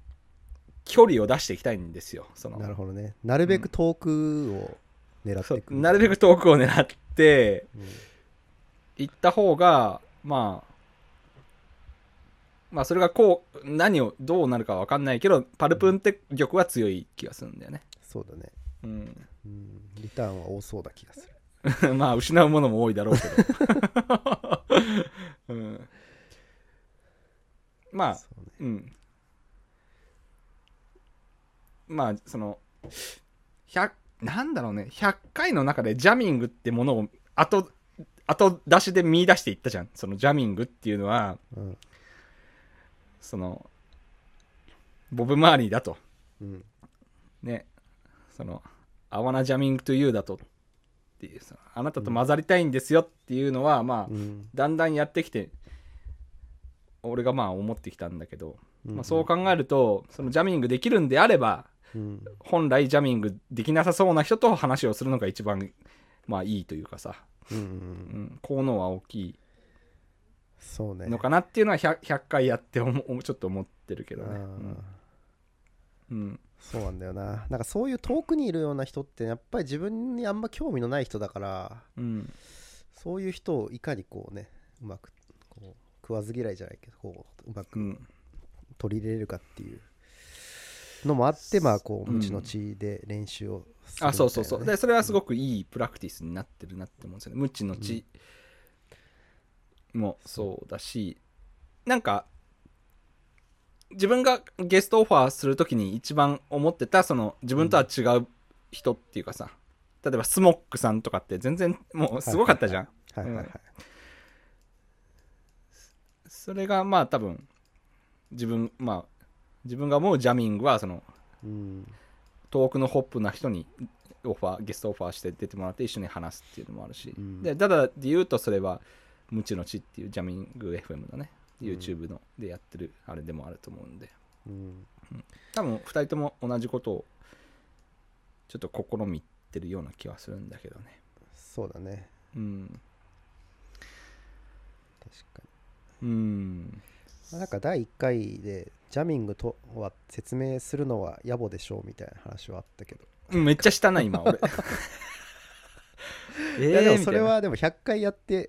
Speaker 1: 距離を出していきたいんですよその
Speaker 2: なるほどねなるべく遠くを狙って
Speaker 1: そ
Speaker 2: いうく、
Speaker 1: なるべく遠くを狙って
Speaker 2: うん
Speaker 1: 行った方がまあまあそれがこう何をどうなるかわかんないけどパルプンテ玉は強い気がするんだよね
Speaker 2: そうだね、
Speaker 1: うん
Speaker 2: うん、リターンは多そうな気がする
Speaker 1: まあ失うものも多いだろうけど、 うん、まあ
Speaker 2: そうね
Speaker 1: うんまあその100なんだろうね100回の中でジャミングってものを後後出しで見出していったじゃんそのジャミングっていうのは
Speaker 2: うん
Speaker 1: そのボブ・マーリーだと
Speaker 2: うん
Speaker 1: ねその「アワナ・ジャミング・トゥ・ユー」だとっていうそのあなたと混ざりたいんですよっていうのは、まあ
Speaker 2: うん
Speaker 1: だんだんやってきて俺がまあ思ってきたんだけど、
Speaker 2: うん
Speaker 1: まあ、そう考えるとそのジャミングできるんであれば
Speaker 2: うん
Speaker 1: 本来ジャミングできなさそうな人と話をするのが一番まあいいというかさ、
Speaker 2: うんう
Speaker 1: うんん、効能は大きい
Speaker 2: そうね
Speaker 1: のかなっていうのは 100, 100回やって思うちょっと思ってるけど
Speaker 2: あ
Speaker 1: ね。
Speaker 2: ー
Speaker 1: うんうん
Speaker 2: そうなんだよななんかそういう遠くにいるような人ってやっぱり自分にあんま興味のない人だから
Speaker 1: うん
Speaker 2: そういう人をいかにこうねうまくこう食わず嫌いじゃないけどこううま
Speaker 1: う
Speaker 2: く
Speaker 1: ん
Speaker 2: 取り入れれるかっていうのもあってまあこう
Speaker 1: うん
Speaker 2: 後々で練習をする
Speaker 1: あそうそうそう
Speaker 2: みたい
Speaker 1: でそれはすごくいいプラクティスになってるなって思うんですよね無知の知もそうだし、なんか自分がゲストオファーするときに一番思ってたその自分とは違う人っていうかさ、例えばスモックさんとかって全然もうすごかったじゃん、
Speaker 2: なねはいはいはい
Speaker 1: それがまあ多分自分まあ自分が思うジャミングはその
Speaker 2: うん
Speaker 1: 遠くのホップな人にオファーゲストオファーして出てもらって一緒に話すっていうのもあるし、
Speaker 3: うん
Speaker 1: でただで言うとそれは「無知の知」っていうジャミング FM のね YouTube のでやってるあれでもあると思うんで
Speaker 2: うん
Speaker 1: 多分2人とも同じことをちょっと試みてるような気はするんだけどね
Speaker 2: そうだね
Speaker 1: うん
Speaker 2: 確かに
Speaker 1: うん
Speaker 2: まあなんか第1回でジャミングとは説明するのは野暮でしょうみたいな話はあったけど、
Speaker 1: うんめっちゃしたな今俺えー
Speaker 2: いやでもそ
Speaker 1: みた
Speaker 2: れ
Speaker 1: いな
Speaker 2: はでも100回やって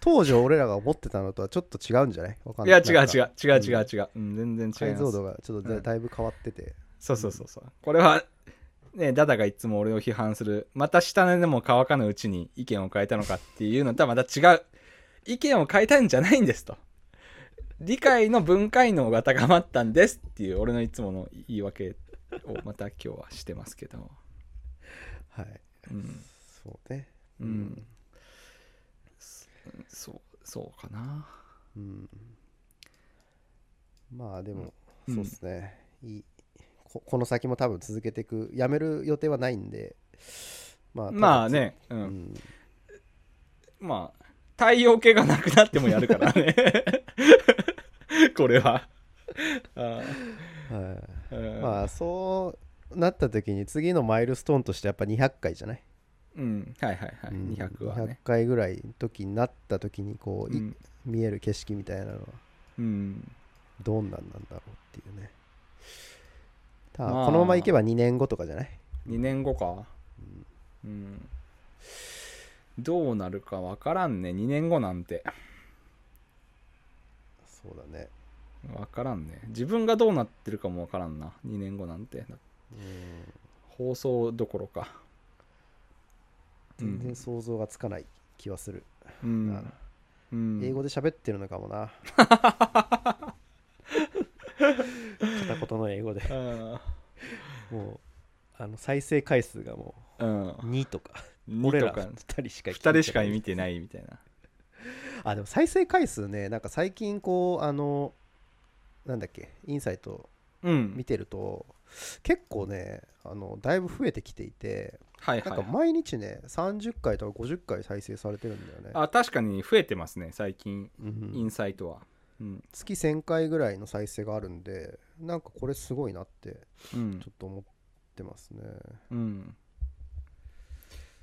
Speaker 2: 当時俺らが思ってたのとはちょっと違うんじゃないわかん
Speaker 1: い
Speaker 2: な
Speaker 1: や
Speaker 2: い
Speaker 1: 違う違
Speaker 2: う
Speaker 1: う違う違う違う、うん、全然違います
Speaker 2: 解像度がちょっとだ,、
Speaker 1: うん
Speaker 2: いぶ変わってて
Speaker 1: そうそうそうそうこれはねダダがいつも俺を批判するまた下根でも乾かぬうちに意見を変えたのかっていうのとはまた違う意見を変えたんじゃないんですと理解の分解能が高まったんですっていう俺のいつもの言い訳をまた今日はしてますけど
Speaker 2: はい
Speaker 1: うん
Speaker 2: そうね
Speaker 1: うん、
Speaker 2: うん
Speaker 1: そそうそうかな
Speaker 2: うんまあでも、
Speaker 1: うん
Speaker 2: そうですねいいここの先も多分続けていくやめる予定はないんでまあ
Speaker 1: まあ、ねう
Speaker 2: 多
Speaker 1: ん、
Speaker 2: 分うん、
Speaker 1: まあ太陽系がなくなってもやるからねこれはあ
Speaker 2: はい
Speaker 1: ーうん
Speaker 2: まあそうなった時に次のマイルストーンとしてやっぱ200回じゃない、
Speaker 1: うん、はいはいはい、
Speaker 2: うん
Speaker 1: 200はね
Speaker 2: 200回ぐらいの時になった時にこ
Speaker 1: う
Speaker 2: う、い
Speaker 1: ん、
Speaker 2: 見える景色みたいなのは
Speaker 1: うん、
Speaker 2: どんなんなんだろうっていうねただ
Speaker 1: まあ
Speaker 2: このままいけば2年後とかじゃない、
Speaker 1: 2年後かうんどうなるかわからんね2年後なんて
Speaker 2: そうだね
Speaker 1: わからんね自分がどうなってるかもわからんな2年後なんて
Speaker 2: うん
Speaker 1: 放送どころか
Speaker 2: 全然想像がつかない気はする、
Speaker 1: うん、うんうん、
Speaker 2: 英語で喋ってるのか もな
Speaker 3: 片言の英語で
Speaker 1: あ
Speaker 2: もうあの再生回数がも
Speaker 1: ーうん
Speaker 2: う2とか俺
Speaker 1: 2
Speaker 2: ら
Speaker 1: とか
Speaker 2: 2人しか聞いて
Speaker 1: 2人しか
Speaker 2: ない
Speaker 1: 見てないみたいな
Speaker 2: あでも再生回数ねなんか最近こうあのなんだっけインサイト
Speaker 1: う
Speaker 2: 見
Speaker 1: ん
Speaker 2: てると結構ねあのだいぶ増えてきていて
Speaker 1: はい
Speaker 2: な
Speaker 1: は
Speaker 2: ん
Speaker 1: い、
Speaker 2: か毎日ね30回とか50回再生されてるんだよね、
Speaker 1: あ確かに増えてますね最近
Speaker 2: うん
Speaker 1: インサイトはうん
Speaker 2: 月1000回ぐらいの再生があるんでなんかこれすごいなって
Speaker 1: うん
Speaker 2: ちょっと思ってますね
Speaker 1: うん。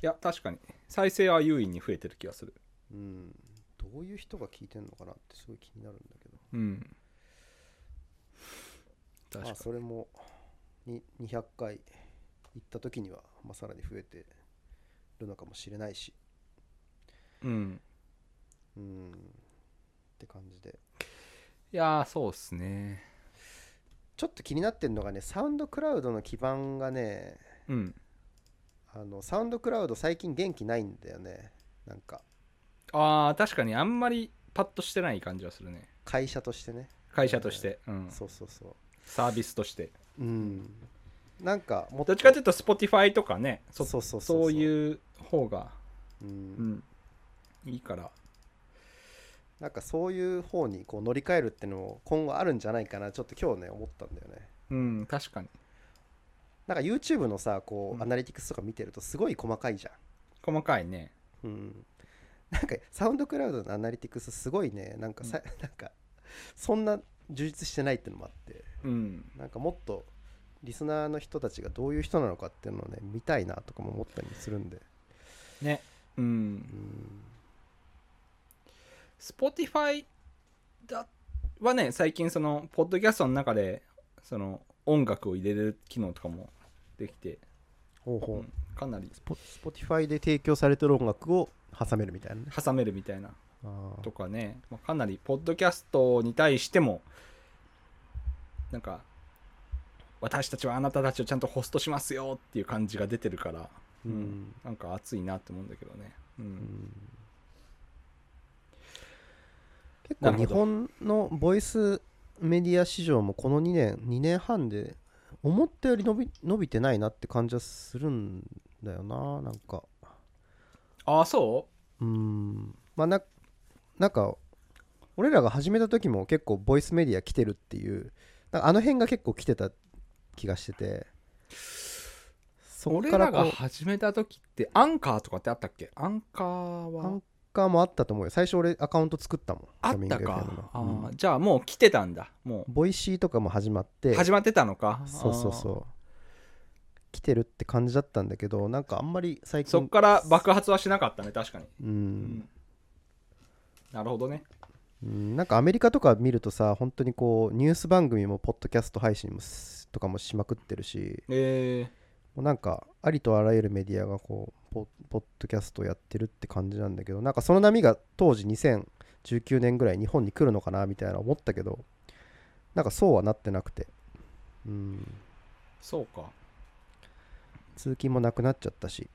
Speaker 1: いや、確かに。再生は優位に増えてる気がする。
Speaker 2: うんどういう人が聞いてんのかなってすごい気になるんだけど
Speaker 1: うん。確か
Speaker 2: まあそれもに200回行った時には、まあ、さらに増えてるのかもしれないし
Speaker 1: に。うん。
Speaker 2: うんって感じで
Speaker 1: いやー、そうっすね。
Speaker 2: ちょっと気になってるのがねサウンドクラウドの基盤がね
Speaker 1: うん。
Speaker 2: あのサウンドクラウド最近元気ないんだよねなんか
Speaker 1: あー、確かにあんまりパッとしてない感じはするね。
Speaker 2: 会社としてね、
Speaker 1: 会社として、うん、
Speaker 2: そうそうそ
Speaker 1: サービスとして。
Speaker 2: ううんなんかもっ
Speaker 1: どっちかというと、Spotify とかね、そ
Speaker 2: そうそう
Speaker 1: そう
Speaker 2: う、
Speaker 1: いう方が、
Speaker 2: う、
Speaker 1: うんん、いいから。
Speaker 2: なんかそういう方にこう乗り換えるってのも今後あるんじゃないかなちょっと今日ね思ったんだよね
Speaker 1: うん、確かに。
Speaker 2: なんか YouTube のさこ
Speaker 1: う
Speaker 2: うんアナリティクスとか見てるとすごい細かいじゃ
Speaker 1: 細かいね。
Speaker 2: ん、うん、なんかサウンドクラウドのアナリティクスすごいねなんかさ、なんかそんな充実してないってのもあって
Speaker 1: うん。
Speaker 2: なんかもっとリスナーの人たちがどういう人なのかっていうのをね見たいなとかも思ったりもするんで
Speaker 1: ね。うん
Speaker 2: う。ん
Speaker 1: Spotify だはね最近そのポッドキャストの中でその音楽を入れる機能とかもできて、
Speaker 2: ほう
Speaker 1: う
Speaker 2: ほ
Speaker 1: んかなり
Speaker 2: う Spotify で提供されてる音楽を挟めるみたいなね
Speaker 1: 挟めるみたいな
Speaker 2: あー
Speaker 1: とかね、まあ、かなりポッドキャストに対してもなんか私たちはあなたたちをちゃんとホストしますよっていう感じが出てるから、
Speaker 2: う
Speaker 1: うんんなんか熱いなって思うんだけどね、う、
Speaker 2: うんん結
Speaker 1: な
Speaker 2: 構
Speaker 1: る
Speaker 2: 日
Speaker 1: ほど
Speaker 2: 本のボイスメディア市場もこの2年2年半で思ったより伸び伸びてないなって感じはするんだよななんか
Speaker 1: ああそう
Speaker 2: ーんまあななんか俺らが始めた時も結構ボイスメディア来てるっていうなんかあの辺が結構来てた気がしててそこ
Speaker 1: 俺
Speaker 2: から
Speaker 1: ら
Speaker 2: こ
Speaker 1: が
Speaker 2: う
Speaker 1: 始めた時ってアンカーとかってあったっけアンカー
Speaker 2: ア
Speaker 1: は
Speaker 2: ンカーもあったと思うよ最初俺アカウント作ったもん
Speaker 1: あ
Speaker 2: キャ
Speaker 1: っ
Speaker 2: ミング
Speaker 1: た
Speaker 2: FM
Speaker 1: か
Speaker 2: の、
Speaker 1: あ
Speaker 2: うん
Speaker 1: ーじゃあもう来てたんだも
Speaker 2: ボイシーとかも始まっ
Speaker 1: う
Speaker 2: て
Speaker 1: 始まってたのか
Speaker 2: そうそう
Speaker 1: う
Speaker 2: そう来てるって感じだったんだけどなんかあんまり最近
Speaker 1: そっから爆発はしなかったね確かに、
Speaker 2: う、
Speaker 1: うんんなるほどね
Speaker 2: うんなんかアメリカとか見るとさ本当にこうニュース番組もポッドキャスト配信もすとかもしまくってるし
Speaker 1: え
Speaker 2: もうなんかありとあらゆるメディアがこうポポッドキャストをやってるって感じなんだけどなんかその波が当時2019年ぐらい日本に来るのかなみたいな思ったけどなんかそうはなってなくて、うん、
Speaker 1: ー、そうか
Speaker 2: 通勤もなくなっちゃったし、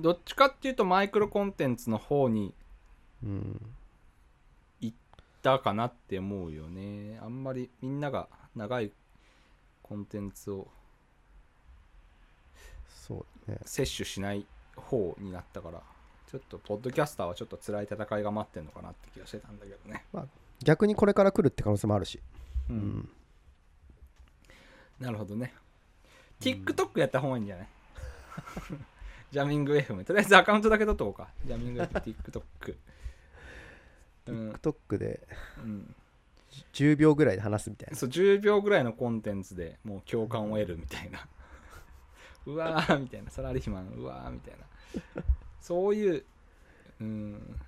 Speaker 1: どっちかっていうとマイクロコンテンツの方に
Speaker 2: うん、
Speaker 1: だかなって思うよねあんまりみんなが長いコンテンツを
Speaker 2: そうね
Speaker 1: 摂取しない方になったからちょっとポッドキャスターはちょっと辛い戦いが待ってんのかなって気がしてたんだけどね、
Speaker 2: 逆にこれから来るって可能性もあるし、
Speaker 1: う
Speaker 2: うんん、
Speaker 1: なるほどね TikTok やった方がいいんじゃない ジャミング FM とりあえずアカウントだけ取っとこうかジャミング FMTikTok うん
Speaker 2: TikTok で
Speaker 1: うん、
Speaker 2: 10秒ぐらいで話すみたいな
Speaker 1: そう10秒ぐらいのコンテンツでもう共感を得るみたいな うわーみたいなサラリーマンうわーみたいなそういううん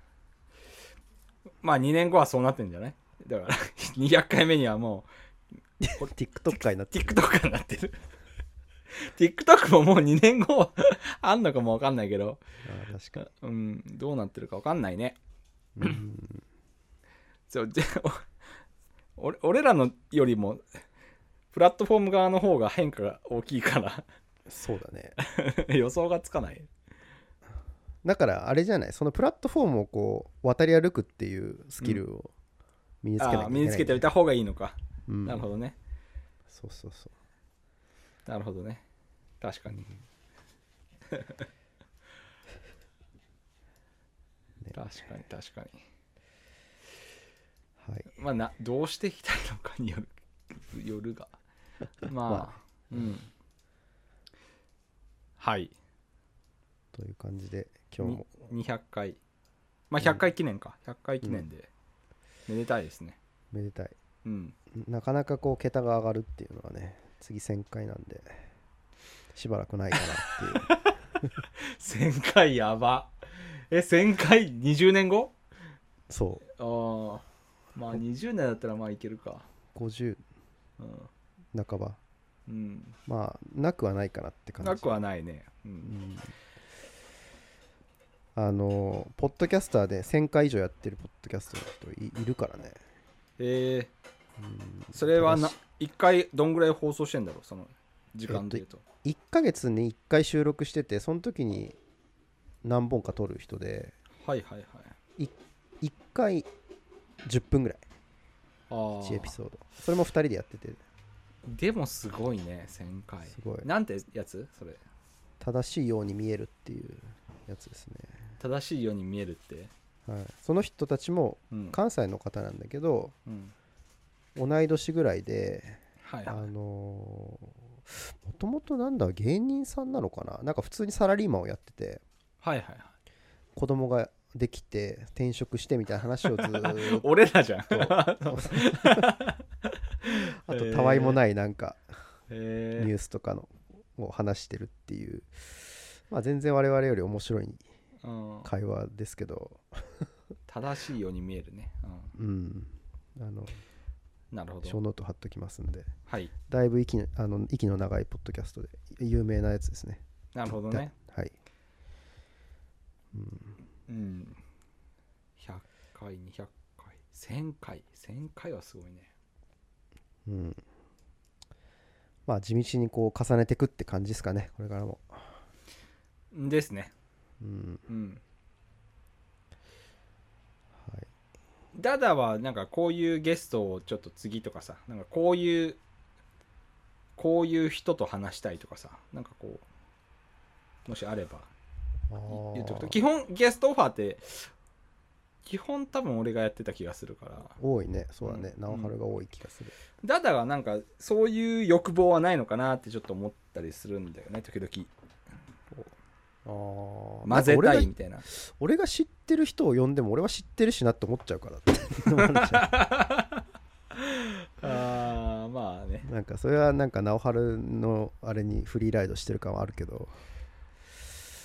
Speaker 1: まあ2年後はそうなってんじゃないだから 200回目にはも
Speaker 2: TikTok 界になっ
Speaker 1: う
Speaker 2: て
Speaker 1: TikTok になってる TikTok ももう2年後はあんのかもわかんないけど
Speaker 2: あー確か
Speaker 1: うんどうなってるかわかんないね
Speaker 2: に、うん
Speaker 1: そうじゃあお俺俺らのよりもプラットフォーム側の方が変化が大きいから
Speaker 2: そうだね
Speaker 1: 予想がつかない
Speaker 2: だからあれじゃないそのプラットフォームをこう渡り歩くっていうスキルを身につけなきゃい
Speaker 1: あ
Speaker 2: け
Speaker 1: あ
Speaker 2: ないんだよね、
Speaker 1: 身につけておいた方がいいのか、
Speaker 2: うん
Speaker 1: なるほどね
Speaker 2: そうそうそう
Speaker 1: なるほどね確 かに、確かに確かに
Speaker 2: はい
Speaker 1: まあなどうしていきたいのかによるよ るがまあ、
Speaker 2: ま
Speaker 1: うんはい
Speaker 2: という感じで今日も
Speaker 1: に200回まあ100回記念か、100回記念で、めでたいですね
Speaker 2: めでたい
Speaker 1: うん
Speaker 2: なかなかこう桁が上がるっていうのはね次1000回なんでしばらくないかなっていう
Speaker 1: 1000回やばえ1000回20年後
Speaker 2: そ
Speaker 1: ああまあ20年だったらまあいけるか
Speaker 2: う50
Speaker 1: うん、
Speaker 2: 半ば
Speaker 1: うん、
Speaker 2: まあなくはないかなって感じ
Speaker 1: なくはないね、う、
Speaker 2: うんんあのーポッドキャスターで1000回以上やってるポッドキャストの人いいるからね、
Speaker 1: え
Speaker 2: うん
Speaker 1: ー、それは
Speaker 2: 正しい
Speaker 1: な1回どんぐらい放送してんだろうその時間でいうと、
Speaker 2: 1ヶ月に1回収録しててその時に何本か撮る人で
Speaker 1: はいはいはい
Speaker 2: 1回10分ぐらい
Speaker 1: あ
Speaker 2: 1エピ
Speaker 1: ー
Speaker 2: ソードそれも2人でやってて
Speaker 1: でもすごいね1000回
Speaker 2: すごい
Speaker 1: なんてやつそれ
Speaker 2: 正しいように見えるっていうやつですね、
Speaker 1: 正しいように見えるって
Speaker 2: はい、その人たちも
Speaker 1: うん、
Speaker 2: 関西の方なんだけど
Speaker 1: うん、
Speaker 2: 同い年ぐらいで
Speaker 1: はい
Speaker 2: あ
Speaker 1: は
Speaker 2: の
Speaker 1: い
Speaker 2: ーもともとなんだ芸人さんなのかななんか普通にサラリーマンをやってて
Speaker 1: はいはい
Speaker 2: 子供ができて転職してみたいな話をずー っと
Speaker 1: 俺らじゃん
Speaker 2: あとたわいもないなんか
Speaker 1: え
Speaker 2: ニュ
Speaker 1: ー
Speaker 2: ースとかのを話してるっていう、まあ、全然我々より面白い
Speaker 1: うん、
Speaker 2: 会話ですけど、
Speaker 1: 正しいように見えるね、う
Speaker 2: うん、あの
Speaker 1: ん、なるほ
Speaker 2: 小
Speaker 1: ど
Speaker 2: ノート貼っときますんで
Speaker 1: はい
Speaker 2: だいぶ息のあの息の長いポッドキャストで有名なやつですね。
Speaker 1: なるほどね
Speaker 2: だはい、
Speaker 1: うん100回200回1000回1000回はすごいね
Speaker 2: うんまあ、地道にこう重ねていくって感じですかねこれからも、
Speaker 1: ですね
Speaker 2: うん
Speaker 1: うん
Speaker 2: はい、
Speaker 1: ダダはなんかこういうゲストをちょっと次とかさなんかこういうこういう人と話したいとかさなんかこうもしあれば
Speaker 2: あー
Speaker 1: 言っとくと基本ゲストオファーって基本多分俺がやってた気がするから
Speaker 2: 多いねそうだね
Speaker 1: うん
Speaker 2: 直春が多い気がする、
Speaker 1: ダダはなんかそういう欲望はないのかなってちょっと思っったりするんだよね時々
Speaker 2: あー
Speaker 1: 混ぜたい
Speaker 2: なん
Speaker 1: み
Speaker 2: か
Speaker 1: たいな
Speaker 2: 俺が俺が知ってる人を呼んでも俺は知ってるしなって思っちゃうからって
Speaker 1: あーまあね
Speaker 2: なんかそれはなんか直春のあれにフリーライドしてる感はあるけど、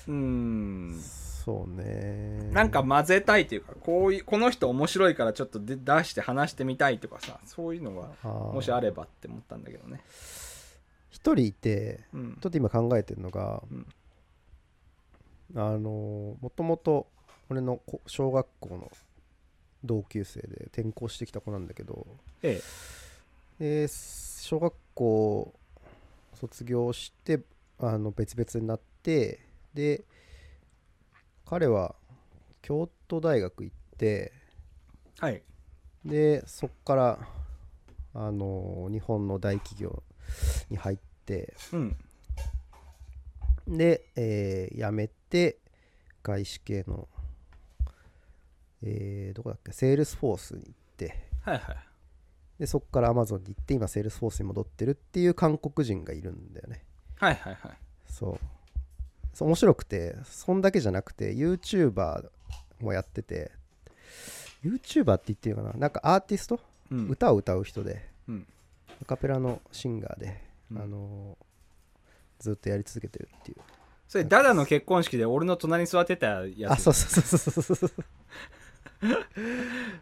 Speaker 1: うん
Speaker 2: そうね
Speaker 1: なんか混ぜたいというかこういうこの人面白いからちょっとで出して話してみたいとかさそういうのが
Speaker 2: あー
Speaker 1: もしあればって思ったんだけどね
Speaker 2: 一人いて
Speaker 1: うん
Speaker 2: ちょっと今考えてるのが、
Speaker 1: うん
Speaker 2: あのーもともと俺のこ小学校の同級生で転校してきた子なんだけど
Speaker 1: え
Speaker 2: で小学校卒業してあの別々になってで彼は京都大学行って
Speaker 1: えはい
Speaker 2: でそっからあのー日本の大企業に入って
Speaker 1: うん
Speaker 2: で、えー辞めて外資系の、えーどこだっけセールスフォースに行って
Speaker 1: はいはい
Speaker 2: でそこからアマゾンに行って今セールスフォースに戻ってるっていう韓国人がいるんだよね
Speaker 1: はいはいはい
Speaker 2: そうそう面白くてそんだけじゃなくて YouTuber もやってて YouTuber って言ってるかななんかアーティスト、
Speaker 1: うん
Speaker 2: 歌を歌う人で
Speaker 1: うん
Speaker 2: アカペラのシンガーで、
Speaker 1: うん
Speaker 2: あのーずっとやり続けてるっていう
Speaker 1: それダダの結婚式で俺の隣に座ってたやつ
Speaker 2: あそうそうそうそうそうそう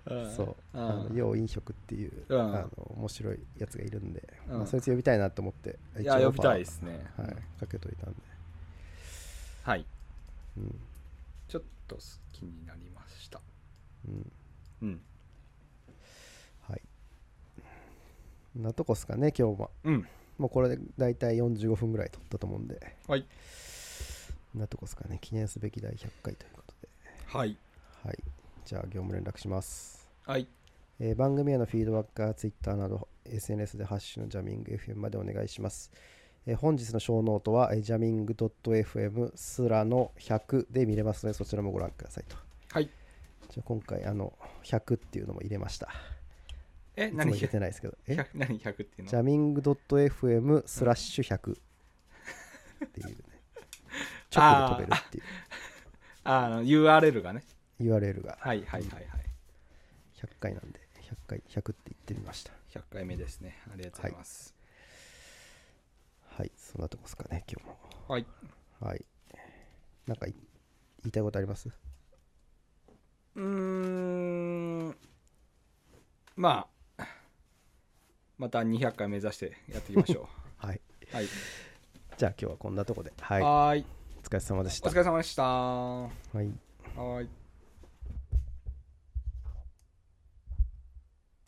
Speaker 1: うん
Speaker 2: そう、
Speaker 1: うん
Speaker 2: あの陽飲食っていう、
Speaker 1: うん
Speaker 2: あの面白いやつがいるんで、
Speaker 1: うん
Speaker 2: まあ、そいつ呼びたいなと思って、
Speaker 1: い
Speaker 2: 一
Speaker 1: や
Speaker 2: 応
Speaker 1: 呼
Speaker 2: オ
Speaker 1: び
Speaker 2: ファー
Speaker 1: たいですね
Speaker 2: はい、かけといたんで、
Speaker 1: はい
Speaker 2: うん
Speaker 1: ちょっと気になりました
Speaker 2: うん、
Speaker 1: うん
Speaker 2: はい。こんなとこっすかね、今日は。
Speaker 1: うん
Speaker 2: もうこれで大体45分ぐらい撮ったと思うんで、
Speaker 1: はい
Speaker 2: こんなとこっすかね、記念すべき第100回ということで、
Speaker 1: はい
Speaker 2: はい、じゃあ業務連絡します。
Speaker 1: はい
Speaker 2: えー番組へのフィードバックは Twitter など SNS で「ハッシュのジャミング FM」までお願いします。えー本日のショーノートは、えー、ジャミング .fm すらの100で見れますのでそちらもご覧くださいと。
Speaker 1: はい
Speaker 2: じゃあ今回あの100っていうのも入れました。
Speaker 1: え
Speaker 2: いつも
Speaker 1: 何
Speaker 2: 入れて
Speaker 1: 100
Speaker 2: ないですけど。え
Speaker 1: 何100っていう
Speaker 2: ジ
Speaker 1: の
Speaker 2: ャミング .fm スラッシュ100っていうね。直で飛べるっていう
Speaker 1: ああの URL がね
Speaker 2: URL が
Speaker 1: はいはいはいはい
Speaker 2: 100回なんで100回100って言ってみました。
Speaker 1: 100回目ですねありがとうございます
Speaker 2: はい、そんなとこですかね、今日も。
Speaker 1: はい
Speaker 2: はい。なんかい言いたいことあります
Speaker 1: うーんまあまた200回目指してやっていきましょ
Speaker 2: はい。
Speaker 1: うはい
Speaker 2: じゃあ今日はこんなとこで。はい。お
Speaker 1: はーい
Speaker 2: 疲れ様でし
Speaker 1: お
Speaker 2: た
Speaker 1: 疲。れ様でしたは
Speaker 2: はい。
Speaker 1: ーい